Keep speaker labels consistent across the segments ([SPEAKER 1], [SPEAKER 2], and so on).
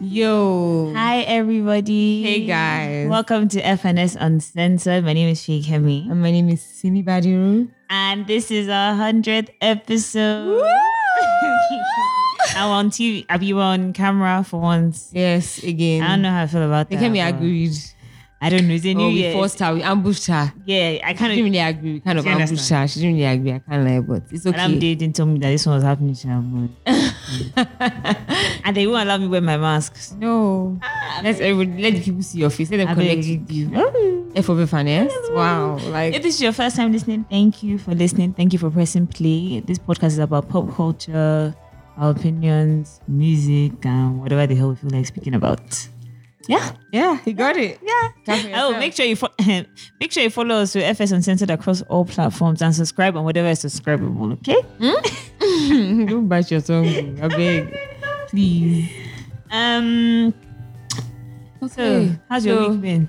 [SPEAKER 1] Yo.
[SPEAKER 2] Hi, everybody.
[SPEAKER 1] Hey, guys.
[SPEAKER 2] Welcome to FNS Uncensored. My name is Fake Hemi.
[SPEAKER 1] And Uh, my name is Simi Badiru.
[SPEAKER 2] And this is our 100th episode. I'm on TV. I'll be on camera for onse.
[SPEAKER 1] yes, again.
[SPEAKER 2] I don't know how I feel about
[SPEAKER 1] They
[SPEAKER 2] that.
[SPEAKER 1] can be
[SPEAKER 2] but
[SPEAKER 1] agreed.
[SPEAKER 2] I don't know. It's a new
[SPEAKER 1] Oh, we
[SPEAKER 2] year.
[SPEAKER 1] forced her. We ambushed her.
[SPEAKER 2] yeah, I
[SPEAKER 1] She
[SPEAKER 2] kind
[SPEAKER 1] didn't
[SPEAKER 2] of.
[SPEAKER 1] really agree. We kind of
[SPEAKER 2] She
[SPEAKER 1] ambushed her. She didn't really agree. I can't lie, but it's okay.
[SPEAKER 2] Madam didn't tell me that this one was happening. sha, but- and they won't allow me wear my mask.
[SPEAKER 1] No. Let's everybody, let the people see your face. Let them
[SPEAKER 2] Ah, I
[SPEAKER 1] connect
[SPEAKER 2] beg.
[SPEAKER 1] with you. F of finance. Wow.
[SPEAKER 2] If
[SPEAKER 1] Like
[SPEAKER 2] this is your first time listening, thank you for listening. Thank you for pressing play. This podcast is about pop culture, our opinions, music, and whatever the hell we feel like speaking about. Yeah,
[SPEAKER 1] yeah, you got it.
[SPEAKER 2] yeah.
[SPEAKER 1] Clap for
[SPEAKER 2] Oh,
[SPEAKER 1] yourself.
[SPEAKER 2] make sure you fo- make sure you follow us to FS Uncensored across all platforms and subscribe on whatever is subscribable. Okay.
[SPEAKER 1] Don't bite your tongue. I beg. Please.
[SPEAKER 2] Um. So, how's your
[SPEAKER 1] So,
[SPEAKER 2] week been?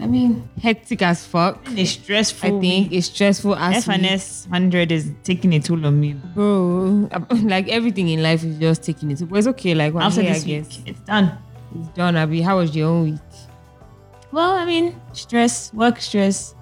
[SPEAKER 1] I mean, hectic as fuck.
[SPEAKER 2] It's stressful.
[SPEAKER 1] I think it's stressful as week.
[SPEAKER 2] FNS hundred is taking a toll on me.
[SPEAKER 1] bro. I'm- Like everything in life is just taking it. But it's okay. Like one
[SPEAKER 2] After
[SPEAKER 1] day, I
[SPEAKER 2] this
[SPEAKER 1] guess
[SPEAKER 2] week, it's done.
[SPEAKER 1] it's done. Abi, how was your own week?
[SPEAKER 2] Well, I mean, stress, work stress,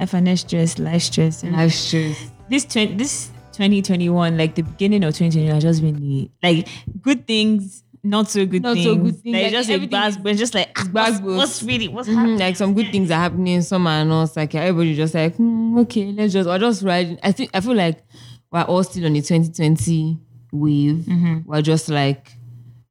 [SPEAKER 2] FNS stress, life stress.
[SPEAKER 1] Life stress.
[SPEAKER 2] This 20, this 2021, like the beginning of 2021, has just been the, like good things, not so good
[SPEAKER 1] Not
[SPEAKER 2] things.
[SPEAKER 1] so good things,
[SPEAKER 2] Like,
[SPEAKER 1] like,
[SPEAKER 2] just a
[SPEAKER 1] everything
[SPEAKER 2] bad,
[SPEAKER 1] is-
[SPEAKER 2] but just like ah,
[SPEAKER 1] bad
[SPEAKER 2] what's,
[SPEAKER 1] words.
[SPEAKER 2] what's really what's
[SPEAKER 1] Mhm,
[SPEAKER 2] happening?
[SPEAKER 1] Like some good things are happening, some are not. Like everybody just like, hmm, okay, let's just or just ride. I think I feel like we're all still on the 2020 wave.
[SPEAKER 2] Mm-hmm.
[SPEAKER 1] We're just like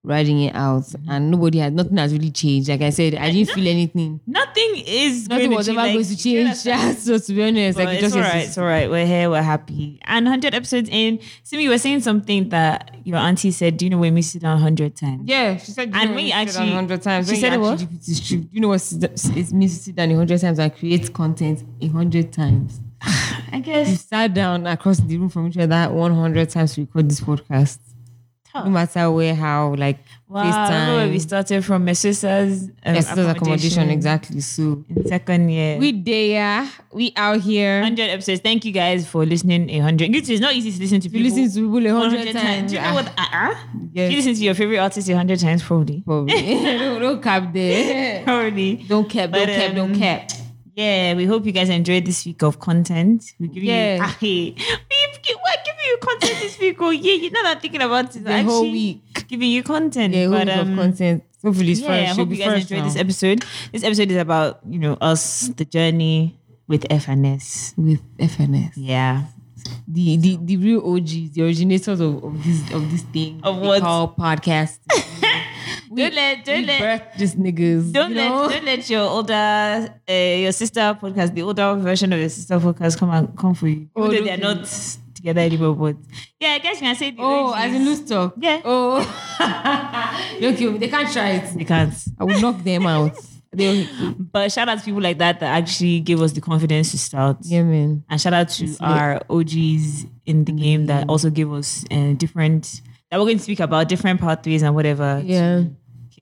[SPEAKER 1] riding it out, and nobody had nothing has really changed. Like I said, I didn't feel anything.
[SPEAKER 2] Nothing is
[SPEAKER 1] Nothing
[SPEAKER 2] going
[SPEAKER 1] was
[SPEAKER 2] to
[SPEAKER 1] ever
[SPEAKER 2] change,
[SPEAKER 1] going to
[SPEAKER 2] like, you
[SPEAKER 1] change.
[SPEAKER 2] understand?
[SPEAKER 1] Yeah, so to be honest,
[SPEAKER 2] But
[SPEAKER 1] like it
[SPEAKER 2] it's
[SPEAKER 1] just
[SPEAKER 2] all right, it's all right. We're here, we're happy. And 100 episodes in, Simi, you were saying something that your auntie said, Do you know when we sit down 100 times?
[SPEAKER 1] Yeah, she said.
[SPEAKER 2] And
[SPEAKER 1] know, you
[SPEAKER 2] when you
[SPEAKER 1] said
[SPEAKER 2] actually-
[SPEAKER 1] a hundred times.
[SPEAKER 2] she
[SPEAKER 1] when
[SPEAKER 2] said
[SPEAKER 1] you
[SPEAKER 2] what?
[SPEAKER 1] actually do it, it's true. You know what? It's me to sit down a hundred times and create content a hundred times.
[SPEAKER 2] I
[SPEAKER 1] We
[SPEAKER 2] guess.
[SPEAKER 1] sat down across the room from each other one hundred times to record this podcast.
[SPEAKER 2] Tough.
[SPEAKER 1] No matter where, how, like
[SPEAKER 2] Wow,
[SPEAKER 1] this
[SPEAKER 2] I remember
[SPEAKER 1] time.
[SPEAKER 2] we started from Mesusa's um,
[SPEAKER 1] yes, those accommodation exactly. So
[SPEAKER 2] in second year.
[SPEAKER 1] we there, we out here.
[SPEAKER 2] 100 episodes. Thank you guys for listening. A 100. It's not easy to listen to
[SPEAKER 1] You
[SPEAKER 2] people.
[SPEAKER 1] listen to people a
[SPEAKER 2] 100
[SPEAKER 1] hundred times.
[SPEAKER 2] Do you
[SPEAKER 1] Ah,
[SPEAKER 2] know what? Uh-uh?
[SPEAKER 1] Yes.
[SPEAKER 2] You listen to your favorite artist a 100 times, probably.
[SPEAKER 1] Probably. don't, don't cap there.
[SPEAKER 2] Probably.
[SPEAKER 1] Don't cap. Don't
[SPEAKER 2] But,
[SPEAKER 1] cap. Don't
[SPEAKER 2] um,
[SPEAKER 1] cap.
[SPEAKER 2] Yeah, we hope you guys enjoyed this week of content. We're giving
[SPEAKER 1] Yeah.
[SPEAKER 2] you. Ah, hey. We've gi- We're giving you content this week. Oh, yeah. You're not thinking about it.
[SPEAKER 1] The whole
[SPEAKER 2] actually
[SPEAKER 1] week.
[SPEAKER 2] Giving you content.
[SPEAKER 1] Yeah,
[SPEAKER 2] but,
[SPEAKER 1] whole week of
[SPEAKER 2] um,
[SPEAKER 1] content. Hopefully, it's
[SPEAKER 2] Yeah,
[SPEAKER 1] fresh.
[SPEAKER 2] I
[SPEAKER 1] It'll
[SPEAKER 2] hope
[SPEAKER 1] be
[SPEAKER 2] you guys
[SPEAKER 1] fresh
[SPEAKER 2] enjoyed
[SPEAKER 1] now.
[SPEAKER 2] this episode. This episode is about, you know, us, the journey with FNS.
[SPEAKER 1] with FNS.
[SPEAKER 2] Yeah.
[SPEAKER 1] The the, the real OGs, the originators of, of this of this thing
[SPEAKER 2] Of
[SPEAKER 1] they
[SPEAKER 2] what?
[SPEAKER 1] call podcast. We-
[SPEAKER 2] Don't let- don't
[SPEAKER 1] we
[SPEAKER 2] let-
[SPEAKER 1] birthed these niggas.
[SPEAKER 2] Don't
[SPEAKER 1] you
[SPEAKER 2] let
[SPEAKER 1] know?
[SPEAKER 2] don't let your older uh, your sister podcast, the older version of your sister podcast come and come for you.
[SPEAKER 1] Oh,
[SPEAKER 2] Although
[SPEAKER 1] don't
[SPEAKER 2] they're
[SPEAKER 1] do
[SPEAKER 2] not together anymore, but yeah, I guess you can say the
[SPEAKER 1] Oh,
[SPEAKER 2] OGs.
[SPEAKER 1] as in loose talk.
[SPEAKER 2] Yeah.
[SPEAKER 1] Oh, don't kill me. They can't try it.
[SPEAKER 2] they can't.
[SPEAKER 1] I will knock them out. They,
[SPEAKER 2] But shout out to people like that that actually gave us the confidence to start.
[SPEAKER 1] yeah, man.
[SPEAKER 2] And shout out to
[SPEAKER 1] It's lit.
[SPEAKER 2] our OGs in the game that
[SPEAKER 1] Mm-hmm.
[SPEAKER 2] also gave us uh, different that we're going to speak about different pathways and whatever.
[SPEAKER 1] Yeah.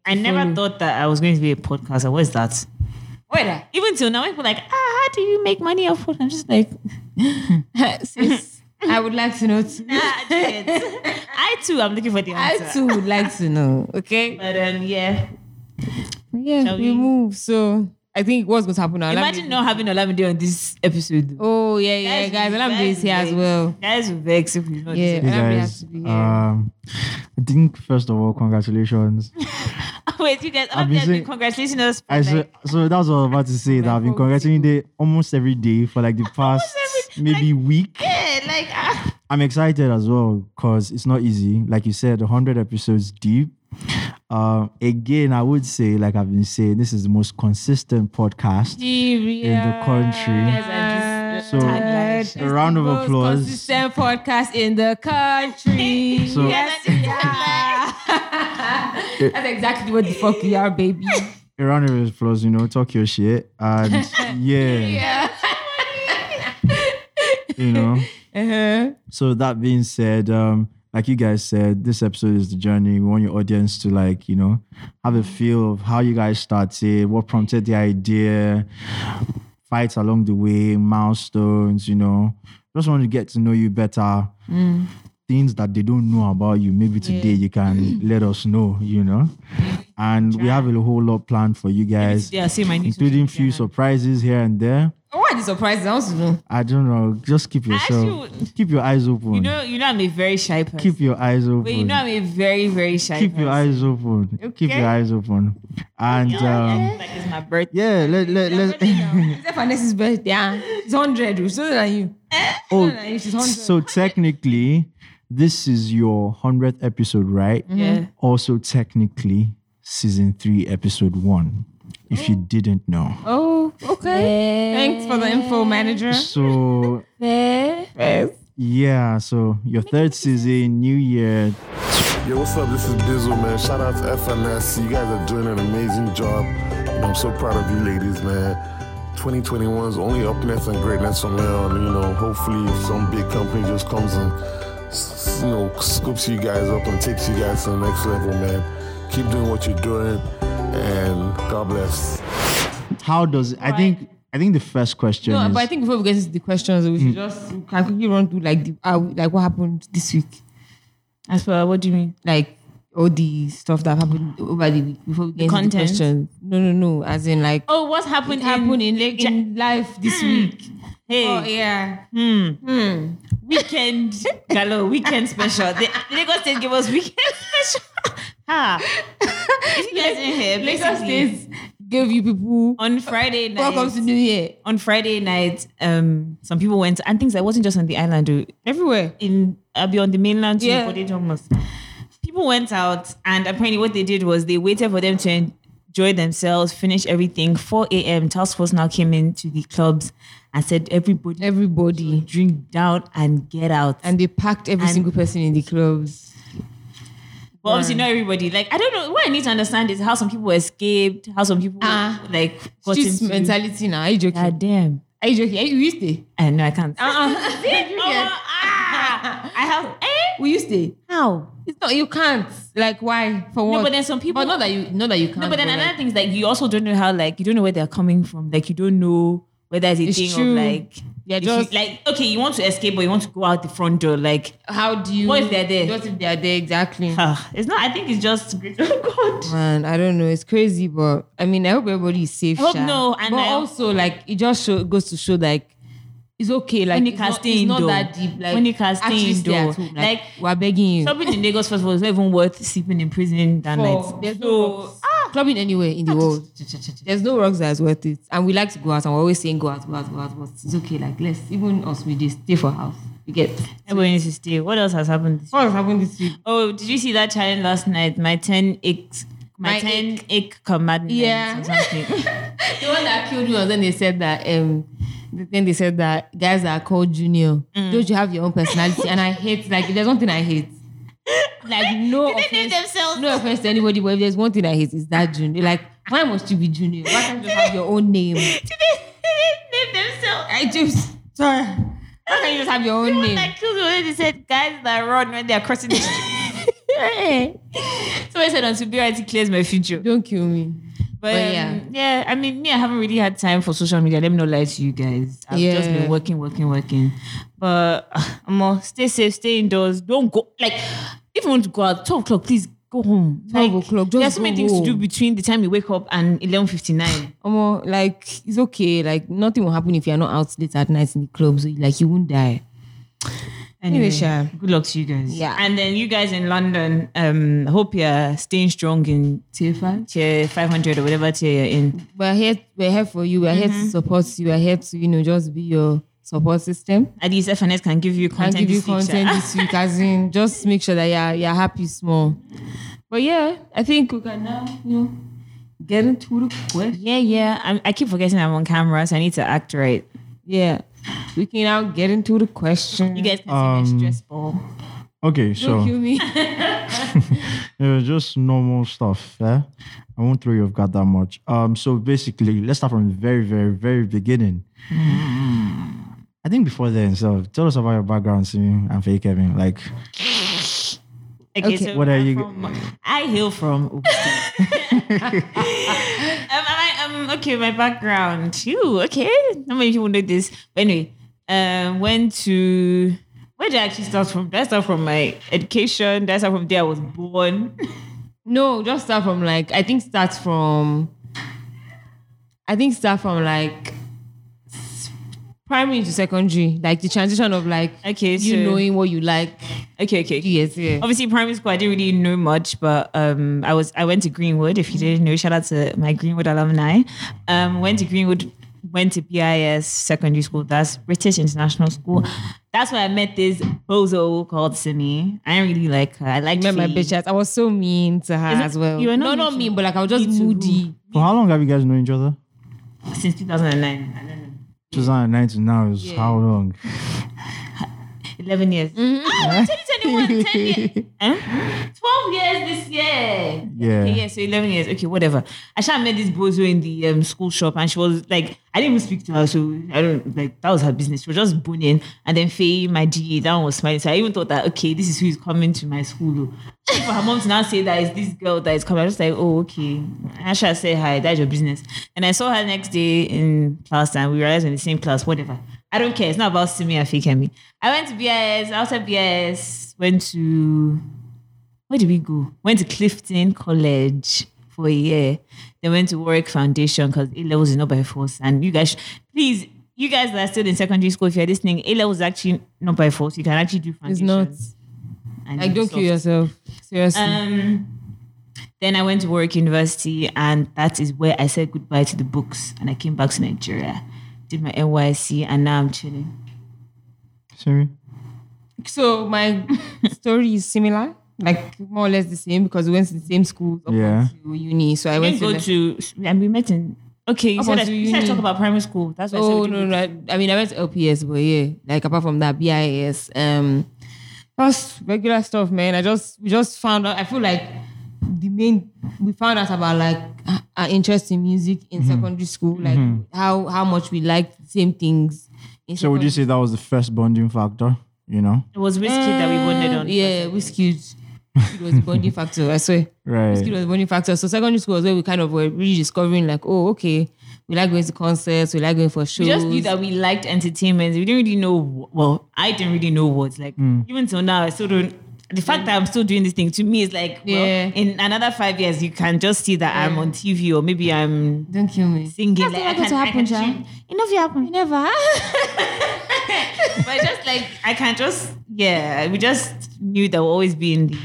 [SPEAKER 2] I never
[SPEAKER 1] Follow.
[SPEAKER 2] thought that I was going to be a podcaster. What is that?
[SPEAKER 1] Whether
[SPEAKER 2] Even till now, people are like, ah, how do you make money off podcast? I'm just like,
[SPEAKER 1] uh, sis, I would like to know too.
[SPEAKER 2] Ah, idiots. I too am looking for the
[SPEAKER 1] I
[SPEAKER 2] answer.
[SPEAKER 1] too would like to know. Okay.
[SPEAKER 2] But um, yeah.
[SPEAKER 1] Yeah,
[SPEAKER 2] Shall
[SPEAKER 1] we,
[SPEAKER 2] we?
[SPEAKER 1] move. So I think what's going to happen now.
[SPEAKER 2] Imagine not having Olamide on this episode. though.
[SPEAKER 1] Oh yeah, yeah, guys. Olamide is here as
[SPEAKER 2] vex.
[SPEAKER 1] well.
[SPEAKER 2] Guys will vex if we not.
[SPEAKER 1] Yeah.
[SPEAKER 2] Yeah.
[SPEAKER 3] Hey
[SPEAKER 1] And I'm really
[SPEAKER 3] guys,
[SPEAKER 1] happy to be here.
[SPEAKER 3] um, I think first of all, congratulations.
[SPEAKER 2] Wait, you guys,
[SPEAKER 3] I've been
[SPEAKER 2] Olamide has been
[SPEAKER 3] saying-
[SPEAKER 2] congratulating us. For,
[SPEAKER 3] I so,
[SPEAKER 2] like,
[SPEAKER 3] so that's what I was about to say. That I've been congratulating day almost every day for like the past maybe week.
[SPEAKER 2] yeah, like ah,
[SPEAKER 3] I'm excited as well because it's not easy. Like you said, 100 episodes deep. Um, again, I would say, like I've been saying, this is the most consistent podcast.
[SPEAKER 1] Nigeria.
[SPEAKER 3] in the country.
[SPEAKER 1] Yes, and this-
[SPEAKER 3] So,
[SPEAKER 2] Tagline.
[SPEAKER 1] It's
[SPEAKER 3] a round
[SPEAKER 1] the
[SPEAKER 3] of
[SPEAKER 1] most
[SPEAKER 3] applause.
[SPEAKER 1] Consistent podcast in the country.
[SPEAKER 3] So-
[SPEAKER 1] yes, we are. That's exactly what the fuck we are, baby.
[SPEAKER 3] A round of applause, you know, talk your shit. And yeah,
[SPEAKER 1] Yeah.
[SPEAKER 3] you know.
[SPEAKER 1] Uh-huh.
[SPEAKER 3] So that being said, um, like you guys said, this episode is the journey. We want your audience to like, you know, have a feel of how you guys started, what prompted the idea, fights along the way, milestones, you know. Just want to get to know you better.
[SPEAKER 2] Mm.
[SPEAKER 3] Things that they don't know about you, maybe today you can let us know, you know. And we have a whole lot planned for you guys,
[SPEAKER 2] Yeah, see my new
[SPEAKER 3] including
[SPEAKER 2] social
[SPEAKER 3] few
[SPEAKER 2] media.
[SPEAKER 3] surprises here and there.
[SPEAKER 1] Oh, what are the surprises? I want to know.
[SPEAKER 3] I don't know. Just keep yourself.
[SPEAKER 2] actually would-
[SPEAKER 3] keep your eyes open.
[SPEAKER 2] You know, you know, I'm a very shy person.
[SPEAKER 3] keep your eyes open.
[SPEAKER 2] but you know, I'm a very, very shy.
[SPEAKER 3] keep
[SPEAKER 2] person.
[SPEAKER 3] your eyes open. Keep
[SPEAKER 2] Okay.
[SPEAKER 3] your eyes open. And um,
[SPEAKER 2] Like it's my birthday.
[SPEAKER 3] yeah, let let let.
[SPEAKER 1] Except for Nessie's birthday. ah, It's 100. It's older than you.
[SPEAKER 3] oh,
[SPEAKER 1] Older than you. She's 100.
[SPEAKER 3] so technically, this is your hundredth episode, right?
[SPEAKER 2] Mm-hmm. Yeah.
[SPEAKER 3] Also, technically, season three, episode one. If you didn't know,
[SPEAKER 1] oh, okay. Thanks for the info, manager.
[SPEAKER 3] so yeah, so your third season, new year,
[SPEAKER 4] Yo, what's up? This is Dizzle, man. Shout out to FLS. You guys are doing an amazing job. You know, I'm so proud of you ladies, man. 2021 is only upness and greatness from here on. You know, hopefully some big company just comes and, s- s- you know, scoops you guys up and takes you guys to the next level, man. Keep doing what you're doing, and God bless.
[SPEAKER 3] how does I think I think the first question
[SPEAKER 1] No,
[SPEAKER 3] is
[SPEAKER 1] but I think before we get into the questions, we
[SPEAKER 3] Mm.
[SPEAKER 1] should just we can quickly run through like the uh, like what happened this week,
[SPEAKER 2] As for what do you mean?
[SPEAKER 1] like all the stuff that happened over the week before we get into the
[SPEAKER 2] content?
[SPEAKER 1] questions. No, no, no. As in like
[SPEAKER 2] Oh, what's happened? Mm.
[SPEAKER 1] what happened in like in life this week.
[SPEAKER 2] Hey,
[SPEAKER 1] Oh yeah.
[SPEAKER 2] weekend galo, weekend special. The Lagos State gave us weekend special. ha! If you guys didn't hear,
[SPEAKER 1] Lagos
[SPEAKER 2] basically,
[SPEAKER 1] State gave you people
[SPEAKER 2] on Friday night.
[SPEAKER 1] welcome to New Year
[SPEAKER 2] on Friday night, um, some people went and things. I wasn't just on the island. though.
[SPEAKER 1] everywhere.
[SPEAKER 2] in I'll be on the mainland too
[SPEAKER 1] Yeah.
[SPEAKER 2] for the drummers. People went out and apparently what they did was they waited for them to enjoy themselves, finish everything. 4 a.m. Task Force now came into the clubs and said everybody
[SPEAKER 1] Everybody
[SPEAKER 2] drink down and get out.
[SPEAKER 1] and they packed every
[SPEAKER 2] And-
[SPEAKER 1] single person in the clubs.
[SPEAKER 2] but obviously not everybody. Like I don't know what I need to understand is how some people escaped, how some people
[SPEAKER 1] Ah.
[SPEAKER 2] like got
[SPEAKER 1] Street
[SPEAKER 2] into
[SPEAKER 1] mentality now. Are you joking?
[SPEAKER 2] God damn.
[SPEAKER 1] Are you joking? Are you used to?
[SPEAKER 2] I know I can't.
[SPEAKER 1] Uh-uh.
[SPEAKER 2] Oh, ah, I have eh?
[SPEAKER 1] We used to.
[SPEAKER 2] How?
[SPEAKER 1] It's not you can't. Like why? For what?
[SPEAKER 2] but then some people-
[SPEAKER 1] But not that you. Not that you can't.
[SPEAKER 2] No, but then
[SPEAKER 1] like,
[SPEAKER 2] another thing is like you also don't know how like you don't know where they're coming from. Like you don't know whether it's a
[SPEAKER 1] It's
[SPEAKER 2] thing
[SPEAKER 1] true.
[SPEAKER 2] of like
[SPEAKER 1] Yeah,
[SPEAKER 2] if
[SPEAKER 1] just-
[SPEAKER 2] you, like okay, you want to escape but you want to go out the front door. Like
[SPEAKER 1] how do you?
[SPEAKER 2] What if they're there?
[SPEAKER 1] What if they're there exactly?
[SPEAKER 2] ah, it's not. I think it's just great. Oh God.
[SPEAKER 1] Man, I don't know. It's crazy, but I mean, I hope everybody is safe.
[SPEAKER 2] I hope
[SPEAKER 1] sha.
[SPEAKER 2] no, and
[SPEAKER 1] but
[SPEAKER 2] I-
[SPEAKER 1] also like it just show, goes to show like it's okay. Like
[SPEAKER 2] When you
[SPEAKER 1] it's
[SPEAKER 2] can
[SPEAKER 1] not,
[SPEAKER 2] stay
[SPEAKER 1] it's not
[SPEAKER 2] indoor.
[SPEAKER 1] that deep. Like
[SPEAKER 2] When you can stay
[SPEAKER 1] actually at
[SPEAKER 2] indoor.
[SPEAKER 1] home,
[SPEAKER 2] Like,
[SPEAKER 1] we're begging you.
[SPEAKER 2] Shopping in Lagos first of all is not even worth sleeping in prison that
[SPEAKER 1] For,
[SPEAKER 2] night.
[SPEAKER 1] there's no rocks.
[SPEAKER 2] ah.
[SPEAKER 1] clubbing anywhere in the world. There's no rocks that's worth it, and we like to go out, and we're always saying go out, go out, go out. But it's okay. Like let's even us we just stay for house. You get
[SPEAKER 2] Everybody needs to stay. What else has happened? This-
[SPEAKER 1] what has happened this week?
[SPEAKER 2] oh, did you see that challenge last night? My ten aches. My,
[SPEAKER 1] My
[SPEAKER 2] ten ache commandments.
[SPEAKER 1] Yeah.
[SPEAKER 2] or something.
[SPEAKER 1] the one that killed me was when they said that um the thing they said that guys that are called junior don't you have your own personality and i hate like if there's one thing i hate like no
[SPEAKER 2] Did they name
[SPEAKER 1] offense,
[SPEAKER 2] themselves?
[SPEAKER 1] no offense to anybody but if there's one thing i hate is that junior like why must you be junior why can't you have your own name
[SPEAKER 2] Did they, did they name themselves?
[SPEAKER 1] i just sorry why can't you just have your own
[SPEAKER 2] When
[SPEAKER 1] name
[SPEAKER 2] that killed me when they said guys that run when they are crossing the street. so I said "Oh, on superiority clears my future. But,
[SPEAKER 1] don't kill me But yeah.
[SPEAKER 2] yeah. yeah, I mean, me, I haven't really had time for social media. Let me not lie to you guys. I've just
[SPEAKER 1] Yeah.
[SPEAKER 2] been working, working, working. But more, stay safe, stay indoors. Don't go like if you want to go out, twelve o'clock, please go home.
[SPEAKER 1] 12
[SPEAKER 2] Like,
[SPEAKER 1] o'clock,
[SPEAKER 2] There are
[SPEAKER 1] just
[SPEAKER 2] so many
[SPEAKER 1] go
[SPEAKER 2] things to do
[SPEAKER 1] home.
[SPEAKER 2] between the time you wake up and eleven fifty nine.
[SPEAKER 1] Omo, like it's okay like nothing will happen if you're not out late at night in the club so like you won't die Anyway, sha.
[SPEAKER 2] good luck to you guys.
[SPEAKER 1] Yeah.
[SPEAKER 2] and then you guys in London, um, hope you're staying strong in
[SPEAKER 1] tier five
[SPEAKER 2] tier 500 or whatever tier you're in.
[SPEAKER 1] we're here we're here for you we're here to support you we're here to you know just be your support system
[SPEAKER 2] At least FNS can give you
[SPEAKER 1] and
[SPEAKER 2] content.
[SPEAKER 1] give you
[SPEAKER 2] this week, sha.
[SPEAKER 1] content this week as in just make sure that you're, you're happy small but yeah i think we can now you know get into the question
[SPEAKER 2] Yeah, yeah. I'm, I keep forgetting I'm on camera, so I need to act right.
[SPEAKER 1] yeah we can now get into the question
[SPEAKER 2] You guys can see
[SPEAKER 3] Um,
[SPEAKER 2] my stress ball.
[SPEAKER 3] okay,
[SPEAKER 1] don't kill
[SPEAKER 3] so
[SPEAKER 1] me
[SPEAKER 3] it was just normal stuff. Eh? I won't throw you off guard that much. Um, so basically, let's start from the very, very, very beginning. I think before then, so tell us about your background, Simi and Faye Kevin. Like,
[SPEAKER 2] Okay,
[SPEAKER 1] Okay.
[SPEAKER 2] so
[SPEAKER 3] What are
[SPEAKER 2] I'm
[SPEAKER 3] you-
[SPEAKER 2] From, I hail from. um, I, um, okay, my background. You okay? Not many people know this, but anyway, um, went to. Where did I actually start from? Did I start from my education? Did I start from there I was born?
[SPEAKER 1] No, just start from like I think start from I think start from like s- primary to secondary, like the transition of like
[SPEAKER 2] Okay,
[SPEAKER 1] you
[SPEAKER 2] so-
[SPEAKER 1] knowing what you like.
[SPEAKER 2] Okay, okay.
[SPEAKER 1] Yes, yeah.
[SPEAKER 2] Obviously, primary school, I didn't really know much, but um, I was I went to Greenwood. If you didn't know, shout out to my Greenwood alumni. Um, went to Greenwood, went to BIS secondary school. That's British International School. That's where I met this bozo called Simi. I didn't really like her. I liked
[SPEAKER 1] Remember my
[SPEAKER 2] Faye.
[SPEAKER 1] bitch ass. I was so mean to her
[SPEAKER 2] Is it-
[SPEAKER 1] as well.
[SPEAKER 2] you were
[SPEAKER 1] no,
[SPEAKER 2] not
[SPEAKER 1] not
[SPEAKER 2] mean to-
[SPEAKER 1] mean, but like I was just
[SPEAKER 2] mean to who?
[SPEAKER 1] moody.
[SPEAKER 3] For how long have you guys known each other?
[SPEAKER 2] since 2009. I don't know.
[SPEAKER 3] 2009 to now is how long?
[SPEAKER 2] 11 years. Ah, 2021, 10 years. Huh? 12 Eh? years this year.
[SPEAKER 3] Yeah.
[SPEAKER 2] Okay, yeah, so 11 years. Okay, whatever. I shall met this bozo in the um, school shop and she was like, I didn't even speak to her. So I don't, like, that was her business. She was just boning. And then Faye, my GA, that one was smiling. So I even thought that, okay, this is who is coming to my school. oh. For her mom to now say that it's this girl that is coming, I was just like, oh, okay. I shall say hi. That's your business. And I saw her next day in class and we realized we're in the same class, whatever. I don't care. It's not about Simi and Fake Kemi. I went to BIS, outside BIS, went to where did we go? Went to Clifton College for a year. Then went to Warwick Foundation because A levels is not by force. And you guys, please, you guys that are still in secondary school, if you're listening, A levels is actually not by force. You can actually do
[SPEAKER 1] It's
[SPEAKER 2] foundation.
[SPEAKER 1] not.
[SPEAKER 2] And
[SPEAKER 1] Like don't
[SPEAKER 2] soft.
[SPEAKER 1] kill yourself. Seriously.
[SPEAKER 2] Um, then I went to Warwick University, and that is where I said goodbye to the books, and I came back to Nigeria, did my NYC, and now I'm chilling.
[SPEAKER 3] Simi?
[SPEAKER 1] so my story is similar. Like more or less the same because we went to the same school up
[SPEAKER 3] Yeah.
[SPEAKER 1] until uni. So I
[SPEAKER 2] I
[SPEAKER 1] went
[SPEAKER 2] went
[SPEAKER 1] to
[SPEAKER 2] go
[SPEAKER 1] the-
[SPEAKER 2] to and we met in. Okay, you
[SPEAKER 1] Up
[SPEAKER 2] said, I,
[SPEAKER 1] until
[SPEAKER 2] you said I
[SPEAKER 1] uni.
[SPEAKER 2] talk about primary school. That's what
[SPEAKER 1] Oh
[SPEAKER 2] I said. we
[SPEAKER 1] no,
[SPEAKER 2] did.
[SPEAKER 1] no, I, I mean I went to LPS, but yeah, like apart from that, BIS, um, just regular stuff, man. I just we just found out. I feel like the main we found out about like our- our interest in music in
[SPEAKER 3] Mm-hmm.
[SPEAKER 1] secondary school, like how how much we liked the same things. in
[SPEAKER 3] So would
[SPEAKER 1] secondary-
[SPEAKER 3] you say that was the first bonding factor? You know?
[SPEAKER 2] It was whiskey that we bonded
[SPEAKER 1] Um,
[SPEAKER 2] on.
[SPEAKER 1] Yeah, whiskey. It was a bonding factor. I swear.
[SPEAKER 3] Right.
[SPEAKER 1] Skill was bonding factor. So secondary school was where we kind of were really discovering, like, oh, okay, we like going to concerts, we like going for shows.
[SPEAKER 2] We just knew that we liked entertainment. We didn't really know. wh- Well, I didn't really know what. Like
[SPEAKER 1] Hmm.
[SPEAKER 2] even till now, I still don't. The fact that I'm still doing this thing to me is like, well,
[SPEAKER 1] Yeah.
[SPEAKER 2] in another five years, you can just see that I'm on TV or maybe I'm
[SPEAKER 1] Don't kill me.
[SPEAKER 2] singing.
[SPEAKER 1] That's
[SPEAKER 2] like,
[SPEAKER 1] not
[SPEAKER 2] I
[SPEAKER 1] going
[SPEAKER 2] can,
[SPEAKER 1] to happen,
[SPEAKER 2] I can
[SPEAKER 1] Jah.
[SPEAKER 2] change- It never happened.
[SPEAKER 1] Never.
[SPEAKER 2] but just like I can just yeah, we just knew that we'll always be in the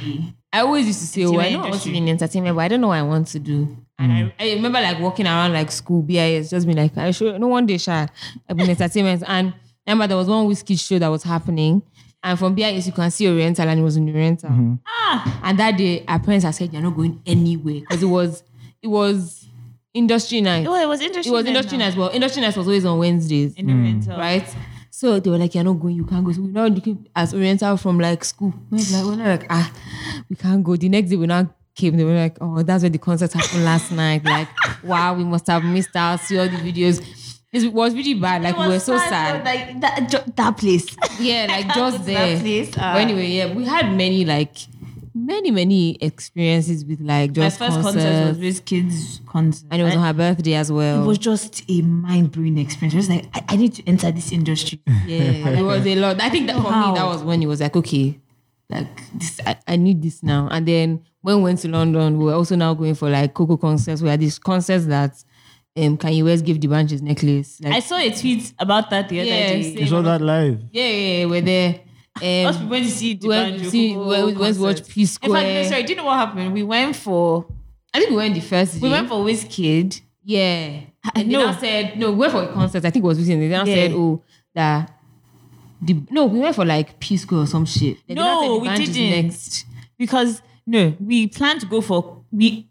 [SPEAKER 1] I always used to say, oh, I know I want to be in entertainment, but I don't know what I want to do. And
[SPEAKER 2] Mm.
[SPEAKER 1] I, I remember like walking around like school, BIS, just being like, I sure, no one day, shy. I've been entertainment. And remember there was one whiskey show that was happening. And from BIS, you can see Oriental and it was in Oriental.
[SPEAKER 2] Mm-hmm.
[SPEAKER 1] Ah! And that day, our parents had said, you're not going anywhere. Because it was, it was industry night.
[SPEAKER 2] Well, it was interesting.
[SPEAKER 1] It was industry night as well. Industry night was always on Wednesdays
[SPEAKER 2] in the rental.
[SPEAKER 1] right? So they were like, "You're not going. You can't go." So we now looking as Oriental from like school. We We're like, we're not like, ah, we can't go. The next day we now came. They were like, "Oh, that's where the concert happened last night. Like, wow, we must have missed out. See all the videos. It was really bad. Like we were so sad.
[SPEAKER 2] Like that, ju- that place.
[SPEAKER 1] yeah, like
[SPEAKER 2] can't go
[SPEAKER 1] just
[SPEAKER 2] to that
[SPEAKER 1] there.
[SPEAKER 2] place. Ah.
[SPEAKER 1] but anyway, yeah, we had many like many many experiences with like
[SPEAKER 2] My
[SPEAKER 1] just
[SPEAKER 2] first
[SPEAKER 1] concerts.
[SPEAKER 2] concert was with kids concert.
[SPEAKER 1] and it was on her birthday as well.
[SPEAKER 2] it was just a mind blowing experience. I was like, I, I need to enter this industry.
[SPEAKER 1] Yeah, it was a lot. I think that for
[SPEAKER 2] Wow.
[SPEAKER 1] me, that was when it was like, okay, like this, I, I need this now. And then when we went to London, we were also now going for like Coco concerts. We had these concerts that um, Kanye West gave the branches necklace. Like,
[SPEAKER 2] I saw a tweet about that the other
[SPEAKER 1] Yeah,
[SPEAKER 2] day.
[SPEAKER 1] same.
[SPEAKER 3] It's all that live.
[SPEAKER 1] yeah, yeah, yeah, we're there.
[SPEAKER 2] Us, we
[SPEAKER 1] Um,
[SPEAKER 2] went to see the
[SPEAKER 1] we went to see- we went- we went to watch Peace
[SPEAKER 2] In fact, no,
[SPEAKER 1] Square.
[SPEAKER 2] sorry, do you know what happened? We went for
[SPEAKER 1] I think we went the first.
[SPEAKER 2] we
[SPEAKER 1] day.
[SPEAKER 2] went for Wizkid.
[SPEAKER 1] yeah. And
[SPEAKER 2] no.
[SPEAKER 1] no. said no. We went for a concert. I think it was recently. They now
[SPEAKER 2] Yeah.
[SPEAKER 1] said, oh, that. The, no, we went for like Peace Square or some shit. Then they now said
[SPEAKER 2] No,
[SPEAKER 1] the
[SPEAKER 2] we
[SPEAKER 1] band is
[SPEAKER 2] didn't.
[SPEAKER 1] next.
[SPEAKER 2] Because no, we planned to go for we.